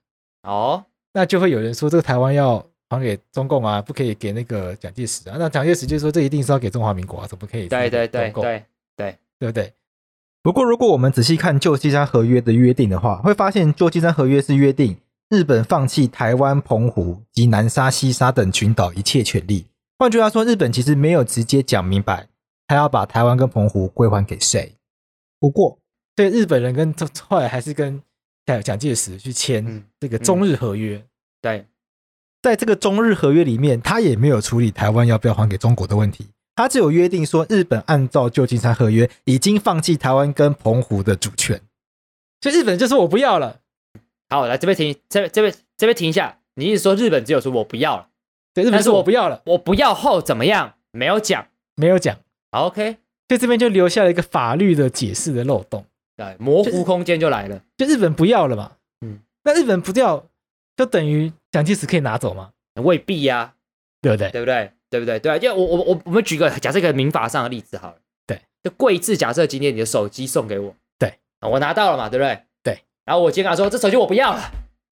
[SPEAKER 2] 哦，
[SPEAKER 1] 那就会有人说这个台湾要还给中共啊，不可以给那个蒋介石啊。那蒋介石就说这一定是要给中华民国啊，怎么可以？
[SPEAKER 2] 对对对对，
[SPEAKER 1] 对不对？不过，如果我们仔细看旧金山合约的约定的话，会发现旧金山合约是约定日本放弃台湾、澎湖及南沙、西沙等群岛一切权利。换句话说，日本其实没有直接讲明白他要把台湾跟澎湖归还给谁。不过，对日本人跟后来还是跟蒋蒋介石去签
[SPEAKER 2] 嗯
[SPEAKER 1] 这个中日合约，
[SPEAKER 2] 对，
[SPEAKER 1] 在这个中日合约里面，他也没有处理台湾要不要还给中国的问题，他只有约定说，日本按照旧金山合约已经放弃台湾跟澎湖的主权，所以日本就说我不要了。
[SPEAKER 2] 好，来这边停，这边这边这边停一下。你一直说日本只有说我不要了，
[SPEAKER 1] 对，日本
[SPEAKER 2] 但是
[SPEAKER 1] 说
[SPEAKER 2] 我
[SPEAKER 1] 我不要了，
[SPEAKER 2] 我不要后怎么样？没有讲
[SPEAKER 1] 没有讲，
[SPEAKER 2] 好，OK，
[SPEAKER 1] 所以这边就留下了一个法律的解释的漏洞，
[SPEAKER 2] 对，模
[SPEAKER 1] 就是
[SPEAKER 2] 糊空间就来了。
[SPEAKER 1] 就日本不要了嘛，
[SPEAKER 2] 嗯，
[SPEAKER 1] 那日本不要，就等于蒋介石可以拿走嘛，
[SPEAKER 2] 未必呀、
[SPEAKER 1] 对不对？
[SPEAKER 2] 对不对？对不对？对啊，因为我我我我们举个假设一个民法上的例子好了，
[SPEAKER 4] 对，
[SPEAKER 2] 就贵字，假设今天你的手机送给我，
[SPEAKER 4] 对
[SPEAKER 2] 啊，我拿到了嘛，对不对？
[SPEAKER 4] 对，
[SPEAKER 2] 然后我今天跟他说这手机我不要了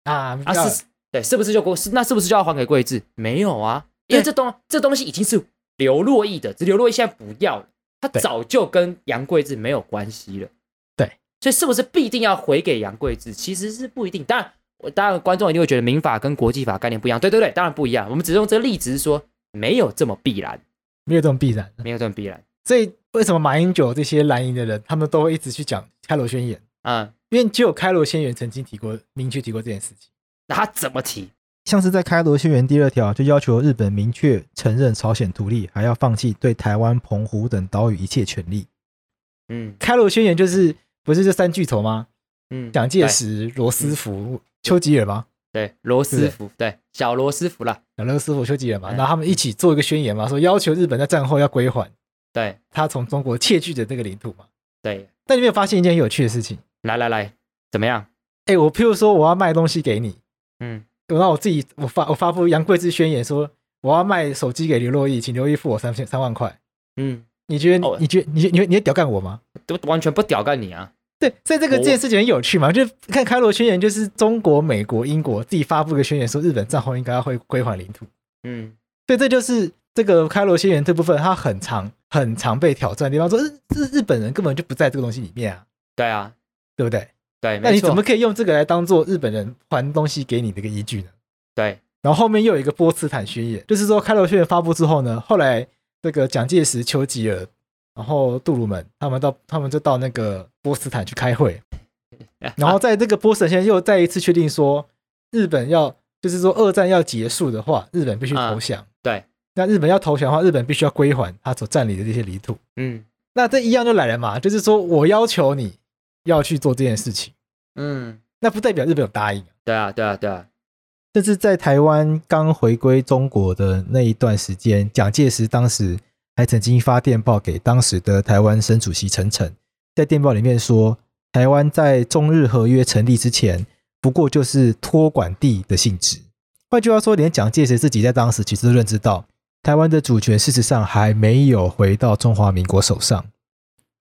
[SPEAKER 4] 啊
[SPEAKER 2] 啊，是，对，是不是就给我是那是不是就要还给贵字？没有啊，因为
[SPEAKER 4] 对
[SPEAKER 2] 这东这东西已经是刘若意的，只刘若意现在不要了，他
[SPEAKER 4] 对
[SPEAKER 2] 早就跟杨贵志没有关系了，
[SPEAKER 4] 对，
[SPEAKER 2] 所以是不是必定要回给杨贵志？其实是不一定，当然。我当然，观众一定会觉得民法跟国际法概念不一样，对对对，当然不一样。我们只是用这个例子是说，没有这么必然。
[SPEAKER 4] 没有这种必然。
[SPEAKER 2] 没有这么必然。
[SPEAKER 4] 所以为什么马英九这些蓝营的人，他们都会一直去讲开罗宣言？
[SPEAKER 2] 嗯，
[SPEAKER 4] 因为只有开罗宣言曾经提过，明确提过这件事情。
[SPEAKER 2] 那他怎么提？
[SPEAKER 1] 像是在开罗宣言第二条就要求日本明确承认朝鲜独立，还要放弃对台湾、澎湖等岛屿一切权利。
[SPEAKER 2] 嗯
[SPEAKER 4] 开罗宣言就是不是这三巨头吗？
[SPEAKER 2] 嗯，
[SPEAKER 4] 蒋介石、罗斯福、丘吉尔吗？
[SPEAKER 2] 对对罗斯福，对小罗斯福啦，
[SPEAKER 4] 蒋罗斯福、丘吉尔嘛，
[SPEAKER 2] 嗯
[SPEAKER 4] 然后他们一起做一个宣言嘛，说要求日本在战后要归还
[SPEAKER 2] 对
[SPEAKER 4] 他从中国窃据的那个领土嘛。
[SPEAKER 2] 对，
[SPEAKER 4] 但你有没有发现一件很有趣的事情？
[SPEAKER 2] 来来来，怎么样？
[SPEAKER 4] 哎，我譬如说我要卖东西给你，
[SPEAKER 2] 嗯，
[SPEAKER 4] 然后我自己我发我发布杨贵志宣言说我要卖手机给刘若毅，请刘若毅付我三千三万块。
[SPEAKER 2] 嗯，
[SPEAKER 4] 你觉得、
[SPEAKER 2] 哦
[SPEAKER 4] 你觉得你觉得你会你会屌干我吗？
[SPEAKER 2] 都完全不屌干你啊！
[SPEAKER 4] 对，所以这个
[SPEAKER 2] 我
[SPEAKER 4] 这件事情很有趣嘛，就是看开罗宣言，就是中国、美国、英国自己发布一个宣言，说日本战后应该要会归还领土。
[SPEAKER 2] 嗯，
[SPEAKER 4] 对，这就是这个开罗宣言这部分，它很常很常被挑战的地方，说日日日本人根本就不在这个东西里面啊，
[SPEAKER 2] 对啊，
[SPEAKER 4] 对不对？
[SPEAKER 2] 对，
[SPEAKER 4] 那
[SPEAKER 2] 没
[SPEAKER 4] 你怎么
[SPEAKER 2] 错，
[SPEAKER 4] 可以用这个来当做日本人还东西给你的一个依据呢？
[SPEAKER 2] 对，
[SPEAKER 4] 然后后面又有一个波茨坦宣言，就是说开罗宣言发布之后呢，后来这个蒋介石、丘吉尔，然后杜鲁门他们到他们就到那个波茨坦去开会，
[SPEAKER 2] 哎
[SPEAKER 4] 然后在这个波茨坦现在又再一次确定说，日本要就是说二战要结束的话，日本必须投降。
[SPEAKER 2] 对，
[SPEAKER 4] 那日本要投降的话，日本必须要归还他所占领的这些领土。
[SPEAKER 2] 嗯
[SPEAKER 4] 那这一样就来了嘛，就是说我要求你要去做这件事情，
[SPEAKER 2] 嗯，
[SPEAKER 4] 那不代表日本有答应啊。
[SPEAKER 2] 对啊，对啊，对啊，
[SPEAKER 1] 甚至在台湾刚回归中国的那一段时间，蒋介石当时还曾经发电报给当时的台湾省主席陈诚，在电报里面说，台湾在中日合约成立之前，不过就是托管地的性质。换句话说，连蒋介石自己在当时其实都认知到，台湾的主权事实上还没有回到中华民国手上。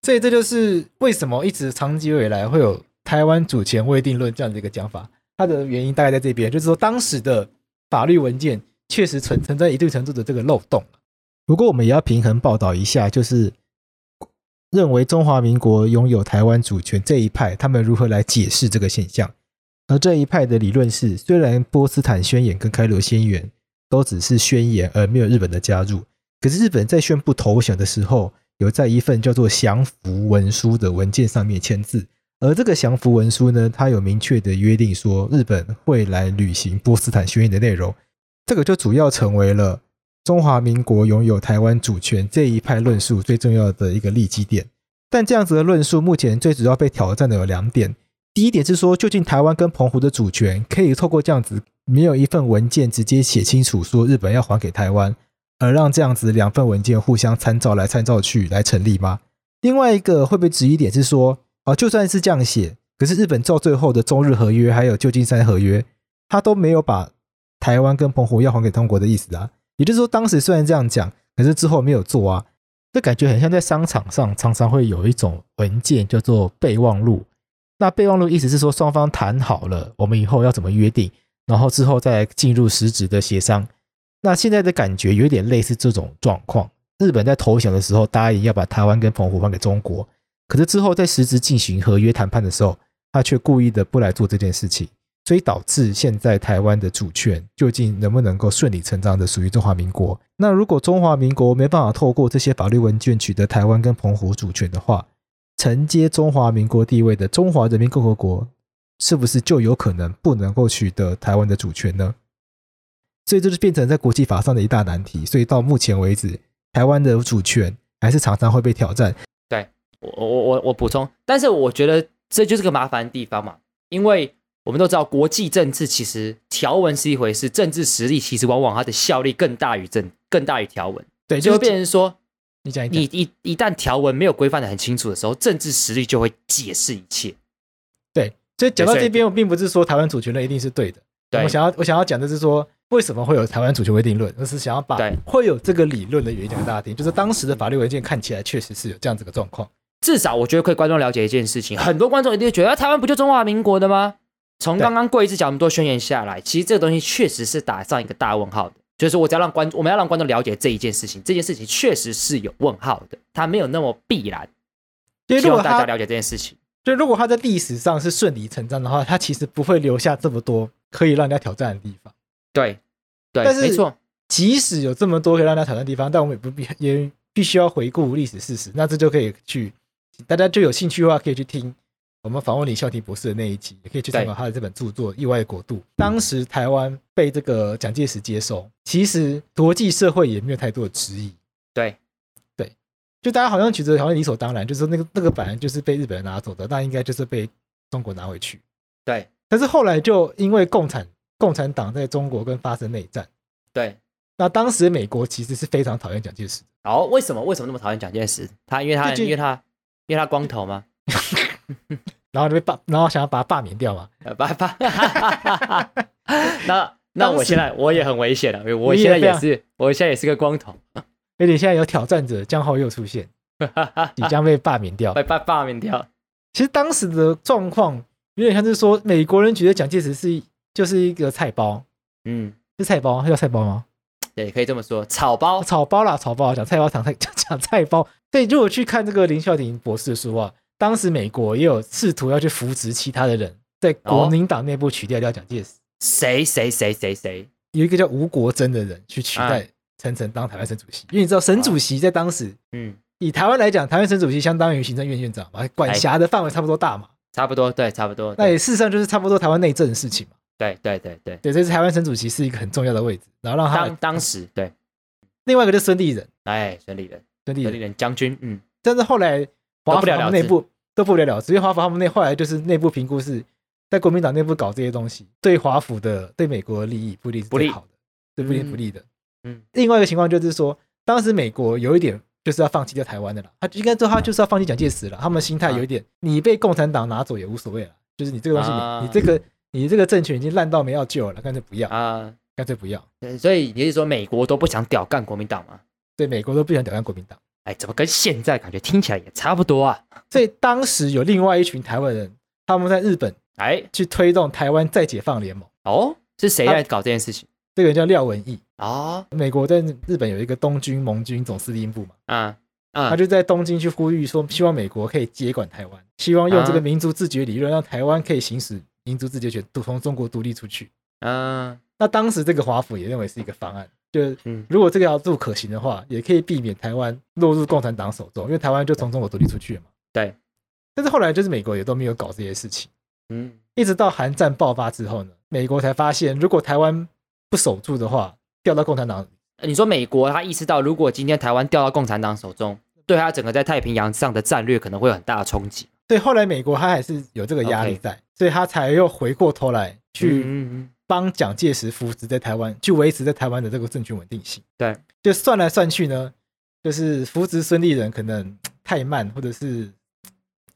[SPEAKER 4] 所以这就是为什么一直长久以来会有台湾主权未定论这样的一个讲法，它的原因大概在这边，就是说当时的法律文件确实存存在一定程度的这个漏洞。
[SPEAKER 1] 不过我们也要平衡报道一下，就是认为中华民国拥有台湾主权这一派，他们如何来解释这个现象？而这一派的理论是，虽然波茨坦宣言跟开罗宣言都只是宣言，而没有日本的加入，可是日本在宣布投降的时候，有在一份叫做降服文书的文件上面签字。而这个降服文书呢，它有明确的约定说，日本会来履行波茨坦宣言的内容。这个就主要成为了中华民国拥有台湾主权这一派论述最重要的一个立基点。但这样子的论述，目前最主要被挑战的有两点。第一点是说，究竟台湾跟澎湖的主权可以透过这样子没有一份文件直接写清楚说日本要还给台湾，而让这样子两份文件互相参照来参照去来成立吗？另外一个会被质疑点是说，啊，就算是这样写，可是日本照最后的中日合约还有旧金山合约，他都没有把台湾跟澎湖要还给中国的意思啊。也就是说，当时虽然这样讲，可是之后没有做啊。这感觉很像在商场上常常会有一种文件叫做备忘录。那备忘录意思是说双方谈好了，我们以后要怎么约定，然后之后再进入实质的协商。那现在的感觉有点类似这种状况。日本在投降的时候答应要把台湾跟澎湖还给中国，可是之后在实质进行合约谈判的时候，他却故意的不来做这件事情。所以导致现在台湾的主权究竟能不能够顺理成章的属于中华民国？那如果中华民国没办法透过这些法律文件取得台湾跟澎湖主权的话，承接中华民国地位的中华人民共和国，是不是就有可能不能够取得台湾的主权呢？所以这就变成在国际法上的一大难题。所以到目前为止，台湾的主权还是常常会被挑战。
[SPEAKER 2] 我我我我我补充，但是我觉得这就是个麻烦的地方嘛，因为我们都知道国际政治其实条文是一回事，政治实力其实往往它的效力更大于政更大于条文，
[SPEAKER 4] 对，
[SPEAKER 2] 就
[SPEAKER 4] 就
[SPEAKER 2] 会
[SPEAKER 4] 是
[SPEAKER 2] 变成说
[SPEAKER 4] 你讲一
[SPEAKER 2] 你
[SPEAKER 4] 讲，
[SPEAKER 2] 一一旦条文没有规范的很清楚的时候，政治实力就会解释一切。
[SPEAKER 4] 对，所以讲到
[SPEAKER 2] 对所以
[SPEAKER 4] 这边，我并不是说台湾主权论一定是对的。
[SPEAKER 2] 对
[SPEAKER 4] 我，想要我想要讲的是说，
[SPEAKER 1] 为什么会有台湾主权未定论？就是想要把
[SPEAKER 2] 对
[SPEAKER 1] 会有这个理论的原因讲给大家听，就是当时的法律文件看起来确实是有这样子的状况。
[SPEAKER 2] 至少我觉得可以观众了解一件事情，很多观众一定会觉得、啊、台湾不就中华民国的吗？从
[SPEAKER 1] 对
[SPEAKER 2] 刚刚贵之讲那么多宣言下来，其实这个东西确实是打上一个大问号的。就是我只要让观，我们要让观众了解这一件事情，这件事情确实是有问号的，它没有那么必然。
[SPEAKER 1] 因为
[SPEAKER 2] 希
[SPEAKER 1] 如果
[SPEAKER 2] 望大
[SPEAKER 1] 他
[SPEAKER 2] 家了解这件事情。
[SPEAKER 1] 就如果他在历史上是顺理成章的话，他其实不会留下这么多可以让人家挑战的地方。
[SPEAKER 2] 对，对，
[SPEAKER 1] 但是
[SPEAKER 2] 没错，
[SPEAKER 1] 即使有这么多可以让人家挑战的地方，但我们也不必也必须要回顾历史事实。那这就可以去，大家就有兴趣的话，可以去听我们访问李孝廷博士的那一集，也可以去参考他的这本著作《意外的国度》。当时台湾被这个蒋介石接受，其实国际社会也没有太多的质疑。
[SPEAKER 2] 对，
[SPEAKER 1] 就大家好像觉得好像理所当然，就是说那个那个本来就是被日本人拿走的，那应该就是被中国拿回去。
[SPEAKER 2] 对，
[SPEAKER 1] 但是后来就因为共产共产党在中国跟发生内战，
[SPEAKER 2] 对。
[SPEAKER 1] 那当时美国其实是非常讨厌蒋介石的。
[SPEAKER 2] 然后为什么为什么那么讨厌蒋介石？他因为他
[SPEAKER 1] 就就
[SPEAKER 2] 因为他因为他光头吗？
[SPEAKER 1] 然后就被罢，然后想要把他罢免掉嘛。
[SPEAKER 2] 呃，爸爸， [LAUGHS] 那那我
[SPEAKER 1] 当时
[SPEAKER 2] 现在我也很危险啊了，因为我
[SPEAKER 1] 你也
[SPEAKER 2] 现在
[SPEAKER 1] 非
[SPEAKER 2] 也
[SPEAKER 1] 常
[SPEAKER 2] 是我现在也是个光头，
[SPEAKER 1] 而且现在有挑战者江浩又出现，即将被罢免掉
[SPEAKER 2] 被。罢罢免掉。
[SPEAKER 1] 其实当时的状况有点像是说，美国人觉得蒋介石是就是一个菜包，
[SPEAKER 2] 嗯，
[SPEAKER 1] 是菜包，他叫菜包吗？
[SPEAKER 2] 也可以这么说，草包
[SPEAKER 1] 哦，草包啦，草包，讲菜包，讲菜 [LAUGHS] 讲菜包。所以如果去看这个林孝廷博士的书啊，当时美国也有试图要去扶植其他的人，在国民党内部取代掉蒋介石，
[SPEAKER 2] 哦谁谁谁谁谁，
[SPEAKER 1] 有一个叫吴国桢的人去取代
[SPEAKER 2] 哎
[SPEAKER 1] 陈诚当台湾省主席，因为你知道沈主席在当时。
[SPEAKER 2] 嗯，
[SPEAKER 1] 以台湾来讲，台湾省主席相当于行政院院长嘛，管辖的范围差不多大嘛。
[SPEAKER 2] 差不多，哎对，差不多，
[SPEAKER 1] 那
[SPEAKER 2] 对
[SPEAKER 1] 也事实上就是差不多台湾内政的事情嘛。
[SPEAKER 2] 对对对对，
[SPEAKER 1] 对，这是台湾省主席是一个很重要的位置。然后让
[SPEAKER 2] 当
[SPEAKER 1] 他
[SPEAKER 2] 当时对，
[SPEAKER 1] 另外一个就是孙立人，
[SPEAKER 2] 哎，孙立人，
[SPEAKER 1] 孙立
[SPEAKER 2] 孙立
[SPEAKER 1] 人，
[SPEAKER 2] 人将军，嗯，
[SPEAKER 1] 但是后来华
[SPEAKER 2] 都不
[SPEAKER 1] 府
[SPEAKER 2] 了
[SPEAKER 1] 他们
[SPEAKER 2] 了之
[SPEAKER 1] 内部都不了了之，因为华府他们内后来就是内部评估是在国民党内部搞这些东西，对华府的对美国的利益不利是
[SPEAKER 2] 不利
[SPEAKER 1] 最好的，对不利不利的。
[SPEAKER 2] 嗯嗯
[SPEAKER 1] 另外一个情况就是说，当时美国有一点就是要放弃掉台湾的了，他应该说他就是要放弃蒋介石了，他们心
[SPEAKER 2] 啊
[SPEAKER 1] 态有一点，你被共产党拿走也无所谓了，就是你这个东西你，
[SPEAKER 2] 啊
[SPEAKER 1] 你这个你这个政权已经烂到没药救了，干脆不要，
[SPEAKER 2] 啊、
[SPEAKER 1] 干脆不要。
[SPEAKER 2] 对所以你是说美国都不想屌干国民党吗？
[SPEAKER 1] 对美国都不想挑战国民党，
[SPEAKER 2] 哎，怎么跟现在感觉听起来也差不多啊？
[SPEAKER 1] 所以当时有另外一群台湾人，他们在日本
[SPEAKER 2] 哎，
[SPEAKER 1] 去推动台湾再解放联盟。
[SPEAKER 2] 哦，是谁在搞这件事情？
[SPEAKER 1] 这个人叫廖文义，
[SPEAKER 2] 哦，
[SPEAKER 1] 美国在日本有一个东军盟军总司令部嘛，
[SPEAKER 2] 啊
[SPEAKER 1] 他
[SPEAKER 2] 啊，
[SPEAKER 1] 就在东京去呼吁说，希望美国可以接管台湾，希望用这个
[SPEAKER 2] 啊
[SPEAKER 1] 民族自决理论让台湾可以行使民族自决权，独从中国独立出去。
[SPEAKER 2] 嗯
[SPEAKER 1] 那当时这个华府也认为是一个方案，就是
[SPEAKER 2] 嗯
[SPEAKER 1] 如果这个要做可行的话，也可以避免台湾落入共产党手中，因为台湾就从中国独立出去了嘛。
[SPEAKER 2] 对，
[SPEAKER 1] 但是后来就是美国也都没有搞这些事情。
[SPEAKER 2] 嗯，
[SPEAKER 1] 一直到韩战爆发之后呢，美国才发现，如果台湾不守住的话，掉到共产党
[SPEAKER 2] 你说美国他意识到，如果今天台湾掉到共产党手中，对他整个在太平洋上的战略可能会有很大的冲击。
[SPEAKER 1] 对，后来美国他还是有这个压力
[SPEAKER 2] OK
[SPEAKER 1] 在所以他才又回过头来去
[SPEAKER 2] 嗯嗯
[SPEAKER 1] 帮蒋介石扶植在台湾，去维持在台湾的这个政权稳定性。
[SPEAKER 2] 对，
[SPEAKER 1] 就算来算去呢，就是扶植孙立人可能太慢，或者是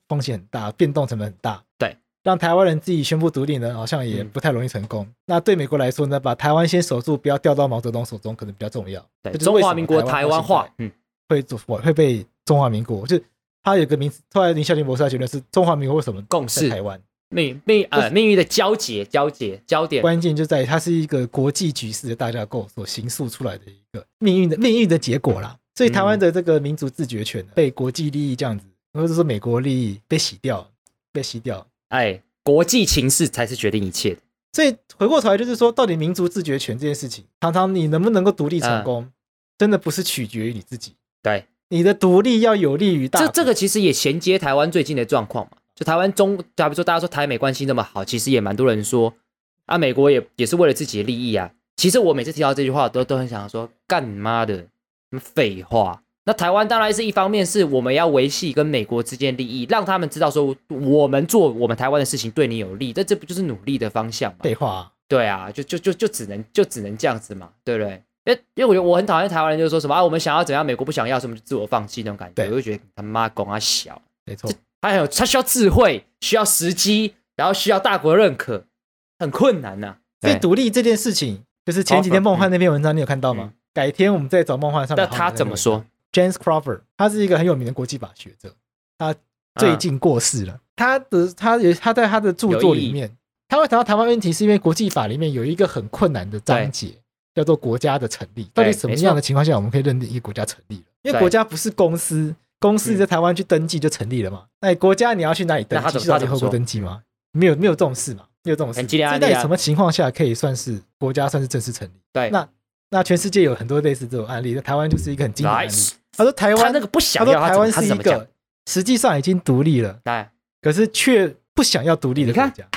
[SPEAKER 1] 风险很大，变动成本很大。
[SPEAKER 2] 对，
[SPEAKER 1] 让台湾人自己宣布独立呢，好像也
[SPEAKER 2] 嗯
[SPEAKER 1] 不太容易成功。那对美国来说呢，把台湾先守住，不要掉到毛泽东手中，可能比较重要。
[SPEAKER 2] 对，
[SPEAKER 1] 这就是
[SPEAKER 2] 中
[SPEAKER 1] 为
[SPEAKER 2] 华
[SPEAKER 1] 什么
[SPEAKER 2] 民国台湾
[SPEAKER 1] 到现在
[SPEAKER 2] 化，嗯，
[SPEAKER 1] 会做会被中华民国，就是他有个名词，后来林孝林博士他觉得是中华民国为什么在
[SPEAKER 2] 共识
[SPEAKER 1] 台湾，
[SPEAKER 2] 命命
[SPEAKER 1] 就
[SPEAKER 2] 呃
[SPEAKER 1] 是
[SPEAKER 2] 命运的交结交结焦点。
[SPEAKER 1] 关键就在于它是一个国际局势的大架构所形塑出来的一个命运的命运的结果啦。所以台
[SPEAKER 2] 嗯
[SPEAKER 1] 湾的这个民族自决权呢被国际利益这样子，或者说美国利益被洗掉，被洗掉。
[SPEAKER 2] 哎，国际情势才是决定一切的。
[SPEAKER 1] 所以回过头来就是说，到底民族自决权这件事情，常常你能不能够独立
[SPEAKER 2] 嗯
[SPEAKER 1] 成功，真的不是取决于你自己，
[SPEAKER 2] 对，
[SPEAKER 1] 你的独立要有利于大
[SPEAKER 2] 这
[SPEAKER 1] 国。
[SPEAKER 2] 这个其实也衔接台湾最近的状况嘛，就台湾中，假如说大家说台美关系那么好，其实也蛮多人说啊，美国也也是为了自己的利益啊。其实我每次提到这句话，都都很想说，干妈的，什么废话。那台湾当然是一方面，是我们要维系跟美国之间的利益，让他们知道说我们做我们台湾的事情对你有利，但这不就是努力的方向吗？
[SPEAKER 1] 废话啊、
[SPEAKER 2] 对啊，就就就就只能就只能这样子嘛，对不对？因为因为我觉得我很讨厌台湾人，就是说什么啊，我们想要怎样，美国不想要，所以我们就自我放弃那种感觉。
[SPEAKER 1] 对
[SPEAKER 2] 我就觉得他妈拱啊小，
[SPEAKER 1] 没错。
[SPEAKER 2] 他很有他需要智慧，需要时机，然后需要大国认可，很困难呐、
[SPEAKER 1] 所以
[SPEAKER 2] 对哦
[SPEAKER 1] 独立这件事情，就是前几天梦幻那篇文章，你有看到吗？
[SPEAKER 2] 嗯
[SPEAKER 1] 改天我们再找梦幻上来
[SPEAKER 2] 那
[SPEAKER 1] 好好聊聊。
[SPEAKER 2] 他怎么说？
[SPEAKER 1] ？James Crawford，他是一个很有名的国际法学者，他最近过世
[SPEAKER 2] 嗯
[SPEAKER 1] 了。他的他也他在他的著作里面，他会谈到台湾问题，是因为国际法里面有一个很困难的章节，叫做国家的成立。到底什么样的情况下我们可以认定一个国家成立了？因为
[SPEAKER 2] 对
[SPEAKER 1] 国家不是公司，公司在台湾去登记就成立了嘛。那国家你要去哪里登
[SPEAKER 2] 那他
[SPEAKER 1] 记？
[SPEAKER 2] 怎么
[SPEAKER 1] 去到联
[SPEAKER 2] 他怎么
[SPEAKER 1] 合国
[SPEAKER 2] 说
[SPEAKER 1] 登记吗？没有没有这种事嘛，没有这种事。
[SPEAKER 2] 很激烈啊
[SPEAKER 1] 这到底
[SPEAKER 2] 力啊
[SPEAKER 1] 什么情况下可以算是国家算是正式成立？
[SPEAKER 2] 对，
[SPEAKER 1] 那那全世界有很多类似这种案例，那台湾就是一个很经典的案例。他说台
[SPEAKER 2] 他
[SPEAKER 1] 湾
[SPEAKER 2] 那个不
[SPEAKER 1] 他
[SPEAKER 2] 想
[SPEAKER 1] 说
[SPEAKER 2] 要，他
[SPEAKER 1] 台
[SPEAKER 2] 怎么
[SPEAKER 1] 湾
[SPEAKER 2] 他
[SPEAKER 1] 是
[SPEAKER 2] 怎
[SPEAKER 1] 一
[SPEAKER 2] 么讲
[SPEAKER 1] 个？实际上已经独立了，
[SPEAKER 2] 来，
[SPEAKER 1] 可是却不想要独立的
[SPEAKER 2] 你
[SPEAKER 1] 国
[SPEAKER 2] 看
[SPEAKER 1] 家。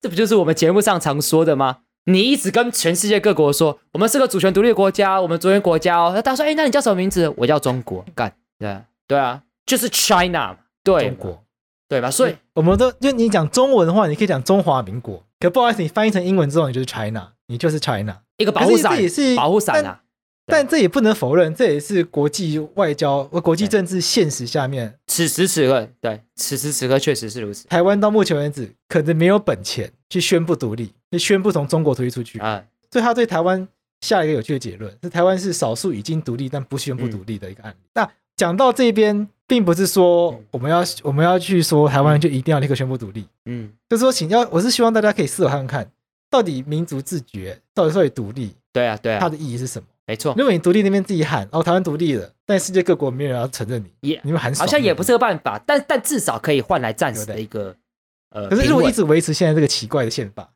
[SPEAKER 2] 这不就是我们节目上常说的吗？你一直跟全世界各国说，我们是个主权独立的国家，我们主权国家哦。那大家说，哎，那你叫什么名字？我叫中国，干，对啊对啊，就是 China，嘛对
[SPEAKER 1] 中
[SPEAKER 2] 嘛
[SPEAKER 1] 国，
[SPEAKER 2] 对吧？所以
[SPEAKER 1] 我们都就你讲中文的话，你可以讲中华民国，可不好意思，你翻译成英文之后，你就是 China，你就是 China。
[SPEAKER 2] 一个保
[SPEAKER 1] 可
[SPEAKER 2] 护
[SPEAKER 1] 是
[SPEAKER 2] 伞
[SPEAKER 1] 这也是，
[SPEAKER 2] 保护伞啊，
[SPEAKER 1] 但这也不能否认，这也是国际外交、呃国际
[SPEAKER 2] 对
[SPEAKER 1] 政治现实下面，
[SPEAKER 2] 此时此刻，对，此时此刻确实是如此
[SPEAKER 1] 台湾到目前为止可能没有本钱去宣布独立，去宣布从中国独立出去。
[SPEAKER 2] 啊。
[SPEAKER 1] 所以他对台湾下一个有趣的结论是，台湾是少数已经独立但不宣布独立的一个案例。那讲到这边，并不是说我们要我们要去说台湾就一定要立刻宣布独立，
[SPEAKER 2] 嗯，
[SPEAKER 1] 就是说，请要我是希望大家可以思考看看，到底民族自觉，到底到底独立
[SPEAKER 2] 对啊，对
[SPEAKER 1] 它
[SPEAKER 2] 啊，
[SPEAKER 1] 的意义是什么？
[SPEAKER 2] 没错，
[SPEAKER 1] 如果你独立那边自己喊哦，台湾独立了，但世界各国没有人要承认你，
[SPEAKER 2] 也
[SPEAKER 1] 你们喊
[SPEAKER 2] 好像也不是。个办法，但但至少可以换来暂时的一个呃，
[SPEAKER 1] 可是如果一
[SPEAKER 2] 平稳
[SPEAKER 1] 直维持现在这个奇怪的宪法，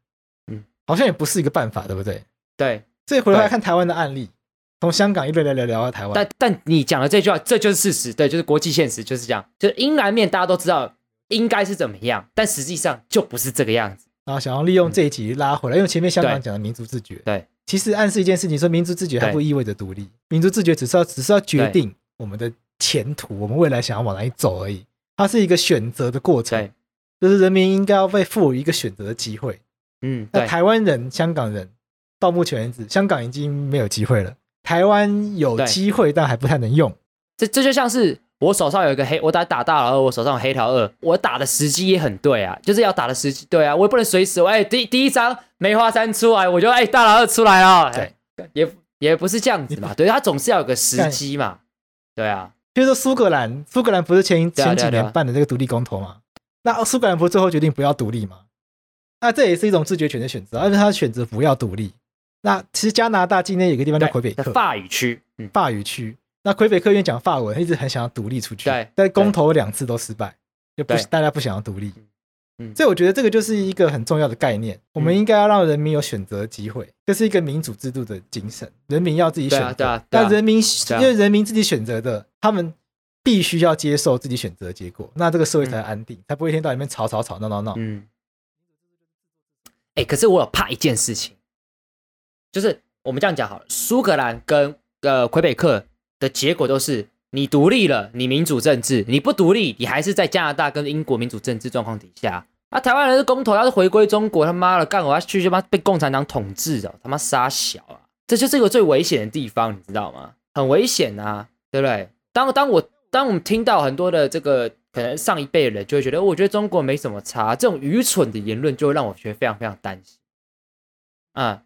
[SPEAKER 1] 嗯
[SPEAKER 2] 嗯，
[SPEAKER 1] 好像也不是一个办法，对不对？
[SPEAKER 2] 对，
[SPEAKER 1] 所以回来
[SPEAKER 2] 对
[SPEAKER 1] 看台湾的案例，从香港一路聊聊聊到台湾，
[SPEAKER 2] 但但你讲的这句话，这就是事实，对，就是国际现实就是这样，就是阴南面大家都知道应该是怎么样，但实际上就不是这个样子，
[SPEAKER 1] 然后想要利用这一集拉回来，因为前面香港
[SPEAKER 2] 对
[SPEAKER 1] 讲的民族自觉，
[SPEAKER 2] 嗯对，
[SPEAKER 1] 其实暗示一件事情，说民族自觉还
[SPEAKER 2] 对
[SPEAKER 1] 不意味着独立，民族自觉只是要只是要决定我们的前途，我们未来想要往哪里走而已，它是一个选择的过程
[SPEAKER 2] 对，，
[SPEAKER 1] 就是人民应该要被赋予一个选择的机会。
[SPEAKER 2] 嗯，
[SPEAKER 1] 那
[SPEAKER 2] 对，
[SPEAKER 1] 台湾人、香港人到目前为止，香港已经没有机会了，台湾有
[SPEAKER 2] 对
[SPEAKER 1] 机会，但还不太能用。
[SPEAKER 2] 这这就像是我手上有一个黑，我打打大老二，我手上有黑桃二，我打的时机也很对啊，就是要打的时机对啊，我也不能随时，哎，第第一张梅花三出来，我就哎大老二出来了，
[SPEAKER 1] 对
[SPEAKER 2] 哎，也也不是这样子嘛，对，他总是要有个时机嘛，对啊，
[SPEAKER 1] 比如说苏格兰，苏格兰不是前
[SPEAKER 2] 对啊
[SPEAKER 1] 前几
[SPEAKER 2] 对啊对啊
[SPEAKER 1] 年办的这个独立公投嘛？那苏格兰不是最后决定不要独立吗？那这也是一种自觉权的选择，而且他选择不要独立。那其实加拿大今天有个地方叫魁北
[SPEAKER 2] 在
[SPEAKER 1] 克
[SPEAKER 2] 法语区，嗯，
[SPEAKER 1] 法语区，那魁北克因为讲法文，一直很想要独立出去，
[SPEAKER 2] 对
[SPEAKER 1] 但公投两次都失败，就不
[SPEAKER 2] 对
[SPEAKER 1] 大家不想要独立。
[SPEAKER 2] 嗯
[SPEAKER 1] 所以我觉得这个就是一个很重要的概念，我们应该要让人民有选择的机会，这是一个民主制度的精神，人民要自己选择。
[SPEAKER 2] 对啊对啊对啊
[SPEAKER 1] 但人民因
[SPEAKER 2] 对啊
[SPEAKER 1] 为人民自己选择的，他们必须要接受自己选择的结果，那这个社会才安定，才不会一天到晚里面吵吵吵闹闹闹。
[SPEAKER 2] 嗯，哎、可是我有怕一件事情，就是我们这样讲好了，苏格兰跟呃魁北克的结果都是你独立了，你民主政治；你不独立，你还是在加拿大跟英国民主政治状况底下。啊，台湾人是公投，要是回归中国，他妈了，干我要去他妈被共产党统治的，他妈杀小啊！这就是一个最危险的地方，你知道吗？很危险啊，对不对？当当我当我们听到很多的这个可能上一辈的人就会觉得，哦我觉得中国没什么差，这种愚蠢的言论就会让我觉得非常非常担心。啊、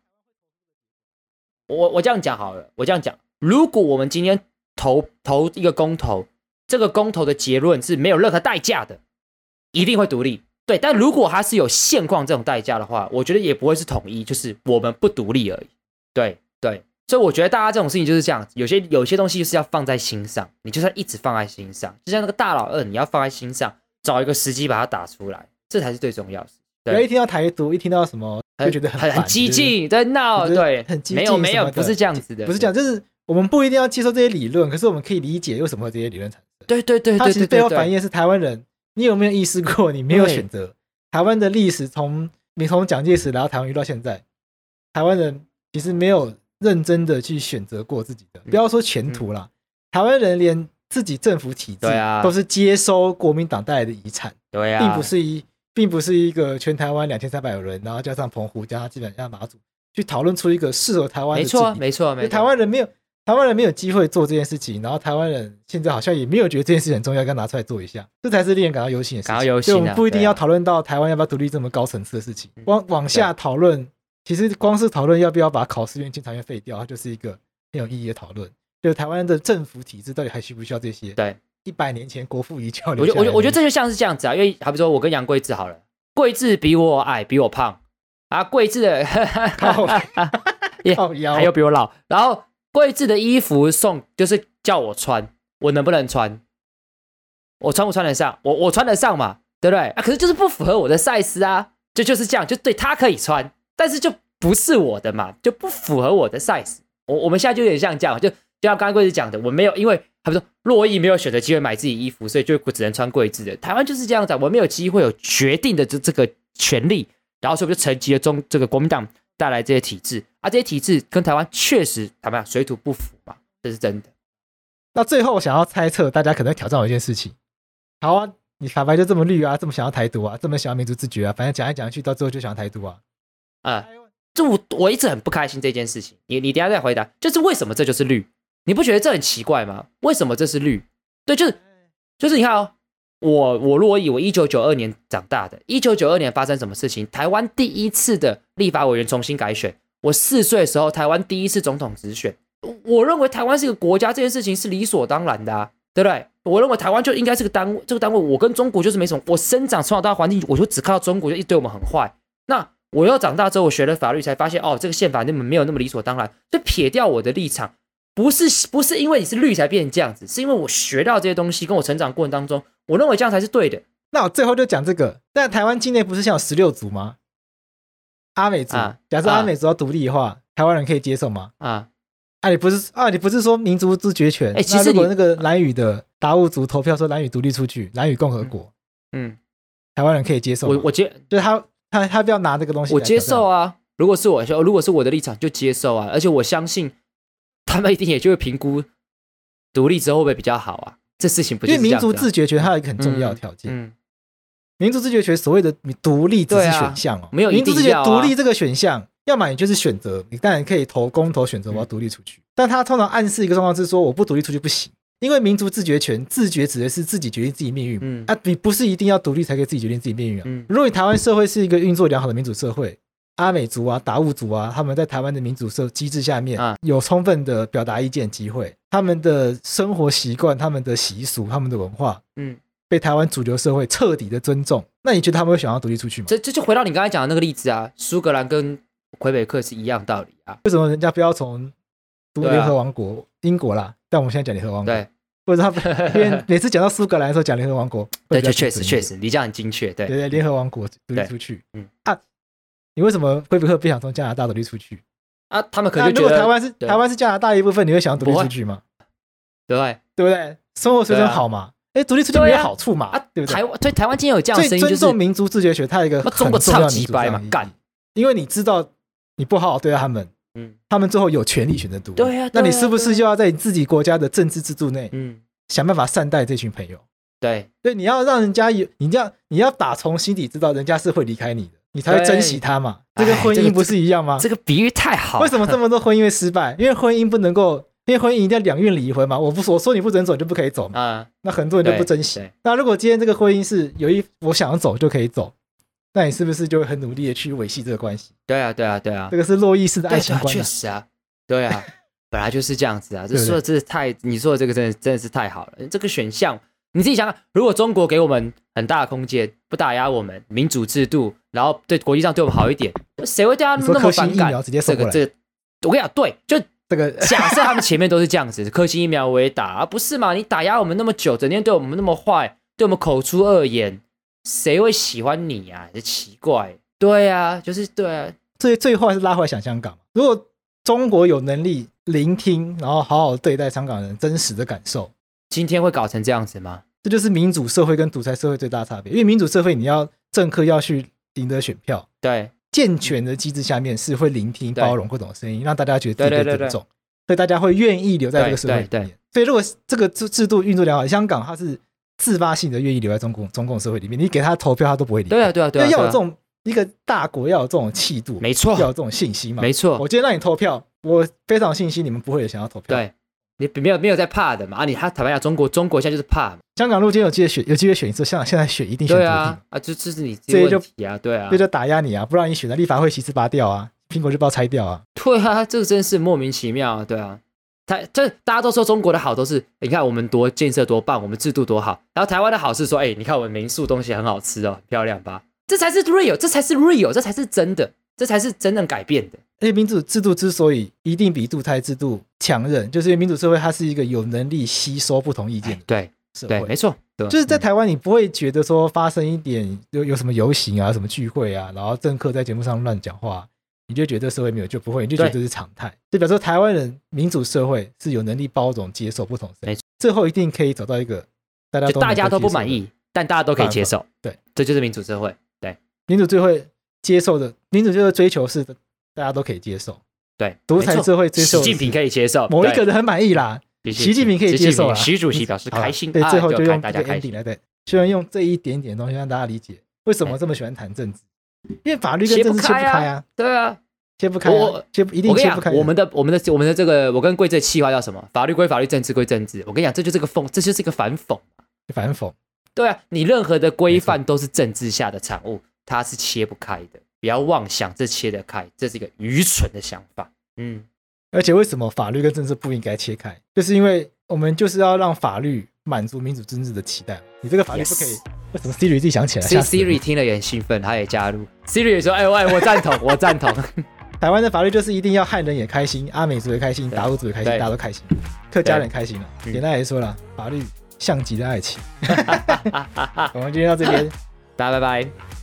[SPEAKER 2] 我我这样讲好了，我这样讲，如果我们今天投投一个公投，这个公投的结论是没有任何代价的，一定会独立。对，但如果它是有现况这种代价的话，我觉得也不会是统一，就是我们不独立而已。对对，所以我觉得大家这种事情就是这样子，有些有些东西就是要放在心上，你就是要一直放在心上，就像那个大老二，你要放在心上，找一个时机把它打出来，这才是最重要的。
[SPEAKER 1] 不
[SPEAKER 2] 对
[SPEAKER 1] 要一听到台独，一听到什么就
[SPEAKER 2] 很
[SPEAKER 1] 觉得
[SPEAKER 2] 很
[SPEAKER 1] 很
[SPEAKER 2] 激
[SPEAKER 1] 进。
[SPEAKER 2] 进，在闹，
[SPEAKER 1] 我觉得
[SPEAKER 2] 对，
[SPEAKER 1] 很激
[SPEAKER 2] 没有
[SPEAKER 1] 进
[SPEAKER 2] 没
[SPEAKER 1] 什
[SPEAKER 2] 有
[SPEAKER 1] 么，
[SPEAKER 2] 不
[SPEAKER 1] 的
[SPEAKER 2] 是这样子的，
[SPEAKER 1] 不是讲，就是我们不一定要接受这些理论，可是我们可以理解为什么会有这些理论产生。
[SPEAKER 2] 对对对
[SPEAKER 1] 它
[SPEAKER 2] 对
[SPEAKER 1] 其实
[SPEAKER 2] 对
[SPEAKER 1] 背后
[SPEAKER 2] 对
[SPEAKER 1] 反映
[SPEAKER 2] 对，
[SPEAKER 1] 的是台湾人，你有没有意识过你没有
[SPEAKER 2] 对
[SPEAKER 1] 选择？台湾的历史从你从蒋介石来到台湾，遇到现在，台湾人其实没有认真的去选择过自己的，
[SPEAKER 2] 嗯
[SPEAKER 1] 不要说前途啦，台湾人连自己政府体制
[SPEAKER 2] 对啊
[SPEAKER 1] 都是接收国民党带来的遗产，
[SPEAKER 2] 对啊，
[SPEAKER 1] 并不是一并不是一个全台湾两千三百人，然后加上澎湖加上基本上马祖去讨论出一个适合台湾
[SPEAKER 2] 没
[SPEAKER 1] 的治
[SPEAKER 2] 错啊
[SPEAKER 1] 理
[SPEAKER 2] 没错
[SPEAKER 1] 因
[SPEAKER 2] 没
[SPEAKER 1] 为
[SPEAKER 2] 错，
[SPEAKER 1] 台湾人没有台湾人没有机会做这件事情，然后台湾人现在好像也没有觉得这件事情很重要，要拿出来做一下，这才是令人感到忧心的事情。
[SPEAKER 2] 感到忧
[SPEAKER 1] 所
[SPEAKER 2] 心啊嗯
[SPEAKER 1] 以我们不一定
[SPEAKER 2] 对啊
[SPEAKER 1] 要讨论到台湾要不要独立这么高层次的事情，往往下讨论其实光是讨论要不要把考试院、监察院废掉，它就是一个很有意义的讨论。就是台湾的政府体制到底还需不需要这些？
[SPEAKER 2] 对，
[SPEAKER 1] 一百年前国父遗教
[SPEAKER 2] 我
[SPEAKER 1] 留
[SPEAKER 2] 觉
[SPEAKER 1] 下
[SPEAKER 2] 得
[SPEAKER 1] 来的东西，
[SPEAKER 2] 我觉得我觉得这就像是这样子啊，因为好比说我跟杨贵志好了，贵志比我矮，比我胖啊，贵志的
[SPEAKER 1] 靠
[SPEAKER 2] [LAUGHS] 也
[SPEAKER 1] 靠腰啊
[SPEAKER 2] 还有比我老，然后贵志的衣服送就是叫我穿，我能不能穿？我穿不穿得上？我我穿得上嘛，对不对？啊，可是就是不符合我的 size 啊，就就是这样，就对他可以穿，但是就不是我的嘛，就不符合我的 size。我我们现在就有点像这样，就就像刚刚贵子讲的，我没有因为他们说洛伊没有选择机会买自己衣服，所以就只能穿贵子的。台湾就是这样子啊，我没有机会有决定的这这个权利，然后所以我就承袭了中这个国民党带来这些体制，啊，这些体制跟台湾确实坦白讲水土不服嘛，这是真的。
[SPEAKER 1] 那最后我想要猜测，大家可能会挑战我一件事情：好啊，你卡白就这么绿啊，这么想要台独啊，这么想要民族自决啊，反正讲来讲去，到最后就想要台独啊。
[SPEAKER 2] 啊、就我我一直很不开心这件事情。你你等一下再回答，就是为什么这就是绿？你不觉得这很奇怪吗？为什么这是绿？对，就是就是你看哦，我我洛伊，我一九九二年长大的，一九九二年发生什么事情？台湾第一次的立法委员重新改选，我四岁的时候，台湾第一次总统直选。我我认为台湾是一个国家，这件事情是理所当然的、啊，对不对？我认为台湾就应该是个单位，这个单位我跟中国就是没什么。我生长从小到大环境，我就只看到中国就一堆我们很坏，那我又长大之后，我学了法律，才发现哦，这个宪法根本没有那么理所当然。就撇掉我的立场，不是不是因为你是绿才变成这样子，是因为我学到这些东西，跟我成长过程当中，我认为这样才是对的。
[SPEAKER 1] 那我最后就讲这个，但台湾境内不是现在有十六族吗？阿美族，
[SPEAKER 2] 啊
[SPEAKER 1] 假设
[SPEAKER 2] 啊
[SPEAKER 1] 阿美族要独立的话，台湾人可以接受吗？
[SPEAKER 2] 啊，
[SPEAKER 1] 啊，你不是啊，你不是说民族自决权？
[SPEAKER 2] 哎其
[SPEAKER 1] 那
[SPEAKER 2] 实
[SPEAKER 1] 如果
[SPEAKER 2] 你
[SPEAKER 1] 那个蓝语的达悟族投票说蓝语独立出去，蓝语共和国，
[SPEAKER 2] 嗯，
[SPEAKER 1] 台湾人可以接受吗？
[SPEAKER 2] 我我接
[SPEAKER 1] 就是他他他不要拿这个东西，
[SPEAKER 2] 我接受。啊，如果是我如果是我的立场就接受啊，而且我相信他们一定也就会评估独立之后会不会比较好啊。这事情不
[SPEAKER 1] 因
[SPEAKER 2] 就
[SPEAKER 1] 为
[SPEAKER 2] 是这
[SPEAKER 1] 民
[SPEAKER 2] 样子啊
[SPEAKER 1] 族自决权它有一个很重要的条件，
[SPEAKER 2] 嗯，
[SPEAKER 1] 民族自决权所谓的独立只是
[SPEAKER 2] 对啊
[SPEAKER 1] 选项哦，
[SPEAKER 2] 没有一
[SPEAKER 1] 民
[SPEAKER 2] 定
[SPEAKER 1] 族自决
[SPEAKER 2] 要啊
[SPEAKER 1] 独立这个选项，要么你就是选择，你当然可以投公投选择我要独立出
[SPEAKER 2] 嗯
[SPEAKER 1] 去，但他通常暗示一个状况是说我不独立出去不行，因为民族自决权自觉指的是自己决定自己命运，
[SPEAKER 2] 嗯
[SPEAKER 1] 啊，你不是一定要独立才可以自己决定自己命运啊，
[SPEAKER 2] 嗯
[SPEAKER 1] 如果你台湾社会是一个运作良好的民主社会。阿美族啊、达悟族啊，他们在台湾的民主社机制下面
[SPEAKER 2] 啊
[SPEAKER 1] 有充分的表达意见机会，他们的生活习惯、他们的习俗、他们的文化，
[SPEAKER 2] 嗯，
[SPEAKER 1] 被台湾主流社会彻底的尊重，那你觉得他们会想要独立出去吗？
[SPEAKER 2] 这这就回到你刚才讲的那个例子啊，苏格兰跟魁北克是一样道理啊。
[SPEAKER 1] 为什么人家不要从独
[SPEAKER 2] 对啊
[SPEAKER 1] 联合王国、英国啦？但我们现在讲联合王国，
[SPEAKER 2] 对，
[SPEAKER 1] 或者他们因为每次讲到苏格兰的时候讲联合王国，
[SPEAKER 2] 对，
[SPEAKER 1] 会比较
[SPEAKER 2] 就确实
[SPEAKER 1] 准一
[SPEAKER 2] 确
[SPEAKER 1] 点，
[SPEAKER 2] 实，你这样很精确，对
[SPEAKER 1] 对对，联合王国独立
[SPEAKER 2] 对
[SPEAKER 1] 出去，
[SPEAKER 2] 嗯
[SPEAKER 1] 啊，你为什么会不会不想从加拿大独立出去？
[SPEAKER 2] 啊，他们可
[SPEAKER 1] 那
[SPEAKER 2] 能
[SPEAKER 1] 如
[SPEAKER 2] 就觉
[SPEAKER 1] 果
[SPEAKER 2] 得
[SPEAKER 1] 台湾是
[SPEAKER 2] 对
[SPEAKER 1] 台湾是加拿大一部分，你会想要独立
[SPEAKER 2] 不会
[SPEAKER 1] 出去吗？
[SPEAKER 2] 对不啊对
[SPEAKER 1] 对不对？生活水准
[SPEAKER 2] 对啊
[SPEAKER 1] 好嘛？哎，独立出去没
[SPEAKER 2] 对
[SPEAKER 1] 有
[SPEAKER 2] 啊
[SPEAKER 1] 好处嘛
[SPEAKER 2] 啊？
[SPEAKER 1] 对不对
[SPEAKER 2] 台？湾对台湾今天有这样
[SPEAKER 1] 所
[SPEAKER 2] 的
[SPEAKER 1] 以
[SPEAKER 2] 声音，就
[SPEAKER 1] 尊
[SPEAKER 2] 是
[SPEAKER 1] 重民族自决权，它有一个
[SPEAKER 2] 那
[SPEAKER 1] 很
[SPEAKER 2] 中国
[SPEAKER 1] 重要
[SPEAKER 2] 超
[SPEAKER 1] 的
[SPEAKER 2] 级
[SPEAKER 1] 民族
[SPEAKER 2] 掰
[SPEAKER 1] 上
[SPEAKER 2] 嘛
[SPEAKER 1] 的意义
[SPEAKER 2] 干，
[SPEAKER 1] 因为你知道你不好好对待他们，
[SPEAKER 2] 嗯
[SPEAKER 1] 他们最后有权利选择独立。
[SPEAKER 2] 对啊
[SPEAKER 1] 那
[SPEAKER 2] 对
[SPEAKER 1] 你
[SPEAKER 2] 啊
[SPEAKER 1] 是不是就要在你自己国家的政治制度内
[SPEAKER 2] 嗯，
[SPEAKER 1] 想办法善待这群朋友？
[SPEAKER 2] 对
[SPEAKER 1] 对，你要让人家有，你要你要打从心底知道人家是会离开你的，你才会
[SPEAKER 2] 对
[SPEAKER 1] 珍惜他嘛。这跟
[SPEAKER 2] 哎
[SPEAKER 1] 婚
[SPEAKER 2] 这个
[SPEAKER 1] 姻不是一样吗？
[SPEAKER 2] 这个比喻太好
[SPEAKER 1] 啊
[SPEAKER 2] 了，
[SPEAKER 1] 为什么这么多婚姻会失败？因为婚姻不能够，因为婚姻一定要两愿离婚嘛。我不我说你不准走，你就不可以走嘛。
[SPEAKER 2] [LAUGHS] 啊？
[SPEAKER 1] 那很多人就不珍惜
[SPEAKER 2] 对对。
[SPEAKER 1] 那如果今天这个婚姻是有一我想走就可以走，那你是不是就会很努力的去维系这个关系？
[SPEAKER 2] 对啊，对啊，对啊
[SPEAKER 1] 这，个是洛伊式的
[SPEAKER 2] 对
[SPEAKER 1] 爱
[SPEAKER 2] 啊
[SPEAKER 1] 情观、
[SPEAKER 2] 确
[SPEAKER 1] 啊。
[SPEAKER 2] 实啊，对
[SPEAKER 1] [LAUGHS]
[SPEAKER 2] 啊，本来就是这样子啊。这
[SPEAKER 1] 对不对
[SPEAKER 2] 说的这是太，你说的这个真的真的是太好了。这个选项你自己想想，啊如果中国给我们很大的空间，不打压我们，民主制度，然后对国际上对我们好一点，谁会对他
[SPEAKER 1] 你说
[SPEAKER 2] 那么
[SPEAKER 1] 科兴
[SPEAKER 2] 反
[SPEAKER 1] 疫
[SPEAKER 2] 感？
[SPEAKER 1] 苗直接送
[SPEAKER 2] 这
[SPEAKER 1] 过
[SPEAKER 2] 个
[SPEAKER 1] 来，
[SPEAKER 2] 这个，我跟你讲，对，就
[SPEAKER 1] 这 [LAUGHS] 个
[SPEAKER 2] 假设他们前面都是这样子，科兴疫苗我也打啊，不是嘛？你打压我们那么久，整天对我们那么坏，对我们口出恶言，谁会喜欢你啊？这奇怪。对啊，就是对啊，
[SPEAKER 1] 最最坏是拉回来想香港。如果中国有能力聆听，然后好好对待香港人真实的感受，
[SPEAKER 2] 今天会搞成这样子吗？
[SPEAKER 1] 这就是民主社会跟独裁社会最大的差别。因为民主社会你要政客要去赢得选票，
[SPEAKER 2] 对，
[SPEAKER 1] 健全的机制下面是会聆听、
[SPEAKER 2] 对
[SPEAKER 1] 包容各种声音，让大家觉得自己
[SPEAKER 2] 对对
[SPEAKER 1] 被
[SPEAKER 2] 对
[SPEAKER 1] 尊
[SPEAKER 2] 对
[SPEAKER 1] 重，所以大家会愿意留在这个社会里
[SPEAKER 2] 对对
[SPEAKER 1] 面。所以如果这个制制度运作良好，香港它是自发性的愿意留在中共中共社会里面，你给他投票他都不会离开。
[SPEAKER 2] 对啊，对啊，对啊，
[SPEAKER 1] 要有
[SPEAKER 2] 对
[SPEAKER 1] 这
[SPEAKER 2] 啊
[SPEAKER 1] 种一个大国要有这种气度，
[SPEAKER 2] 没错
[SPEAKER 1] 要有这种信心嘛。
[SPEAKER 2] 没错
[SPEAKER 1] 我今天让你投票，我非常有信心你们不会想要投票。，
[SPEAKER 2] 对，你没有没有在怕的嘛？啊，你他坦白讲，中国中国现在就是怕嘛，
[SPEAKER 1] 香港如果今天有机会选，有机会选一次，香港现在选一定选不
[SPEAKER 2] 对
[SPEAKER 1] 定，
[SPEAKER 2] 啊，啊，这这是你自
[SPEAKER 1] 所
[SPEAKER 2] 己
[SPEAKER 1] 以就
[SPEAKER 2] 问题啊，对啊
[SPEAKER 1] 这，就打压你啊，不让你选的立法会席次拔掉啊，苹果日报拆掉啊。
[SPEAKER 2] [LAUGHS] 对啊，这个真是莫名其妙啊，对啊。台这大家都说中国的好都是，你看我们多建设多棒，我们制度多好。然后台湾的好是说，哎，你看我们民宿东西很好吃哦，很漂亮吧？这才是 real，这才是 real，这才是真的，这才是真正改变的。
[SPEAKER 1] 而且民主制度之所以一定比独裁制度强韧，就是因为民主社会它是一个有能力吸收不同意见
[SPEAKER 2] 哎
[SPEAKER 1] 的
[SPEAKER 2] 对
[SPEAKER 1] 社
[SPEAKER 2] 对，
[SPEAKER 1] 会。
[SPEAKER 2] 没错，嗯对
[SPEAKER 1] 就是在台湾，你不会觉得说发生一点有有什么游行啊、什么聚会啊，然后政客在节目上乱讲话，你就觉得社会没有就不会，你就觉得这是常态。就表示说台湾人民主社会是有能力包容、接受不同声
[SPEAKER 2] 没
[SPEAKER 1] 音
[SPEAKER 2] 错，
[SPEAKER 1] 最后一定可以找到一个大家
[SPEAKER 2] 就
[SPEAKER 1] 都
[SPEAKER 2] 大家
[SPEAKER 1] 能够
[SPEAKER 2] 都不
[SPEAKER 1] 接受
[SPEAKER 2] 满
[SPEAKER 1] 的
[SPEAKER 2] 意，但大家都可以接受。
[SPEAKER 1] 对，
[SPEAKER 2] 这就是民主社会。对，
[SPEAKER 1] 民主最会接受的，民主就会追求是大家都可以接受，
[SPEAKER 2] 对，
[SPEAKER 1] 独
[SPEAKER 2] 没
[SPEAKER 1] 裁
[SPEAKER 2] 错
[SPEAKER 1] 社会接受
[SPEAKER 2] 习近平可以接受
[SPEAKER 1] 某一个
[SPEAKER 2] 哦对
[SPEAKER 1] 人很满意啦，习近平可以接受啦啊嗯
[SPEAKER 2] 习主席表示
[SPEAKER 1] [LAUGHS] 好啦
[SPEAKER 2] 开心，
[SPEAKER 1] 对，
[SPEAKER 2] 啊
[SPEAKER 1] 最后
[SPEAKER 2] 就
[SPEAKER 1] 就
[SPEAKER 2] 看
[SPEAKER 1] 用
[SPEAKER 2] 大
[SPEAKER 1] 这
[SPEAKER 2] 家
[SPEAKER 1] 个
[SPEAKER 2] 开心
[SPEAKER 1] ending。来对，希望用这一点点东西让大家理解为什么这么喜欢谈政治，因为法律跟
[SPEAKER 2] 哎切不
[SPEAKER 1] 政治切不
[SPEAKER 2] 开啊
[SPEAKER 1] 开啊，
[SPEAKER 2] 对啊，
[SPEAKER 1] 切不开
[SPEAKER 2] 我
[SPEAKER 1] 啊，切不一定
[SPEAKER 2] 我跟你
[SPEAKER 1] 切不开
[SPEAKER 2] 讲，
[SPEAKER 1] 的。
[SPEAKER 2] 我们的我们的我们的这个，我跟贵这气话叫什么？法律归法律，政治归政治。我跟你讲，这就是个讽，这就是一个反讽。
[SPEAKER 1] 反讽，
[SPEAKER 2] 对啊，你任何的规范都是政治下的产物，它是切不开的。不要妄想这切得开，这是一个愚蠢的想法。嗯，
[SPEAKER 1] 而且为什么法律跟政治不应该切开，就是因为我们就是要让法律满足民主政治的期待。你这个法律不可以
[SPEAKER 2] Yes
[SPEAKER 1] 为什么 Siri 自己想起来？
[SPEAKER 2] 所以
[SPEAKER 1] 吓死我
[SPEAKER 2] Siri 听了也很兴奋，他也加入。Siri 也说：“哎，喂，我赞同，我赞同。 [LAUGHS]
[SPEAKER 1] 台湾的法律就是一定要汉人也开心，阿美族也开心，
[SPEAKER 2] 对
[SPEAKER 1] 达悟族也开心，
[SPEAKER 2] 对
[SPEAKER 1] 大家都开心，客家人开心了。
[SPEAKER 2] 嗯
[SPEAKER 1] 简单来说啦，
[SPEAKER 2] [LAUGHS]
[SPEAKER 1] [LAUGHS] 法律像极了爱情。我们今天到这边，
[SPEAKER 2] 大家拜拜。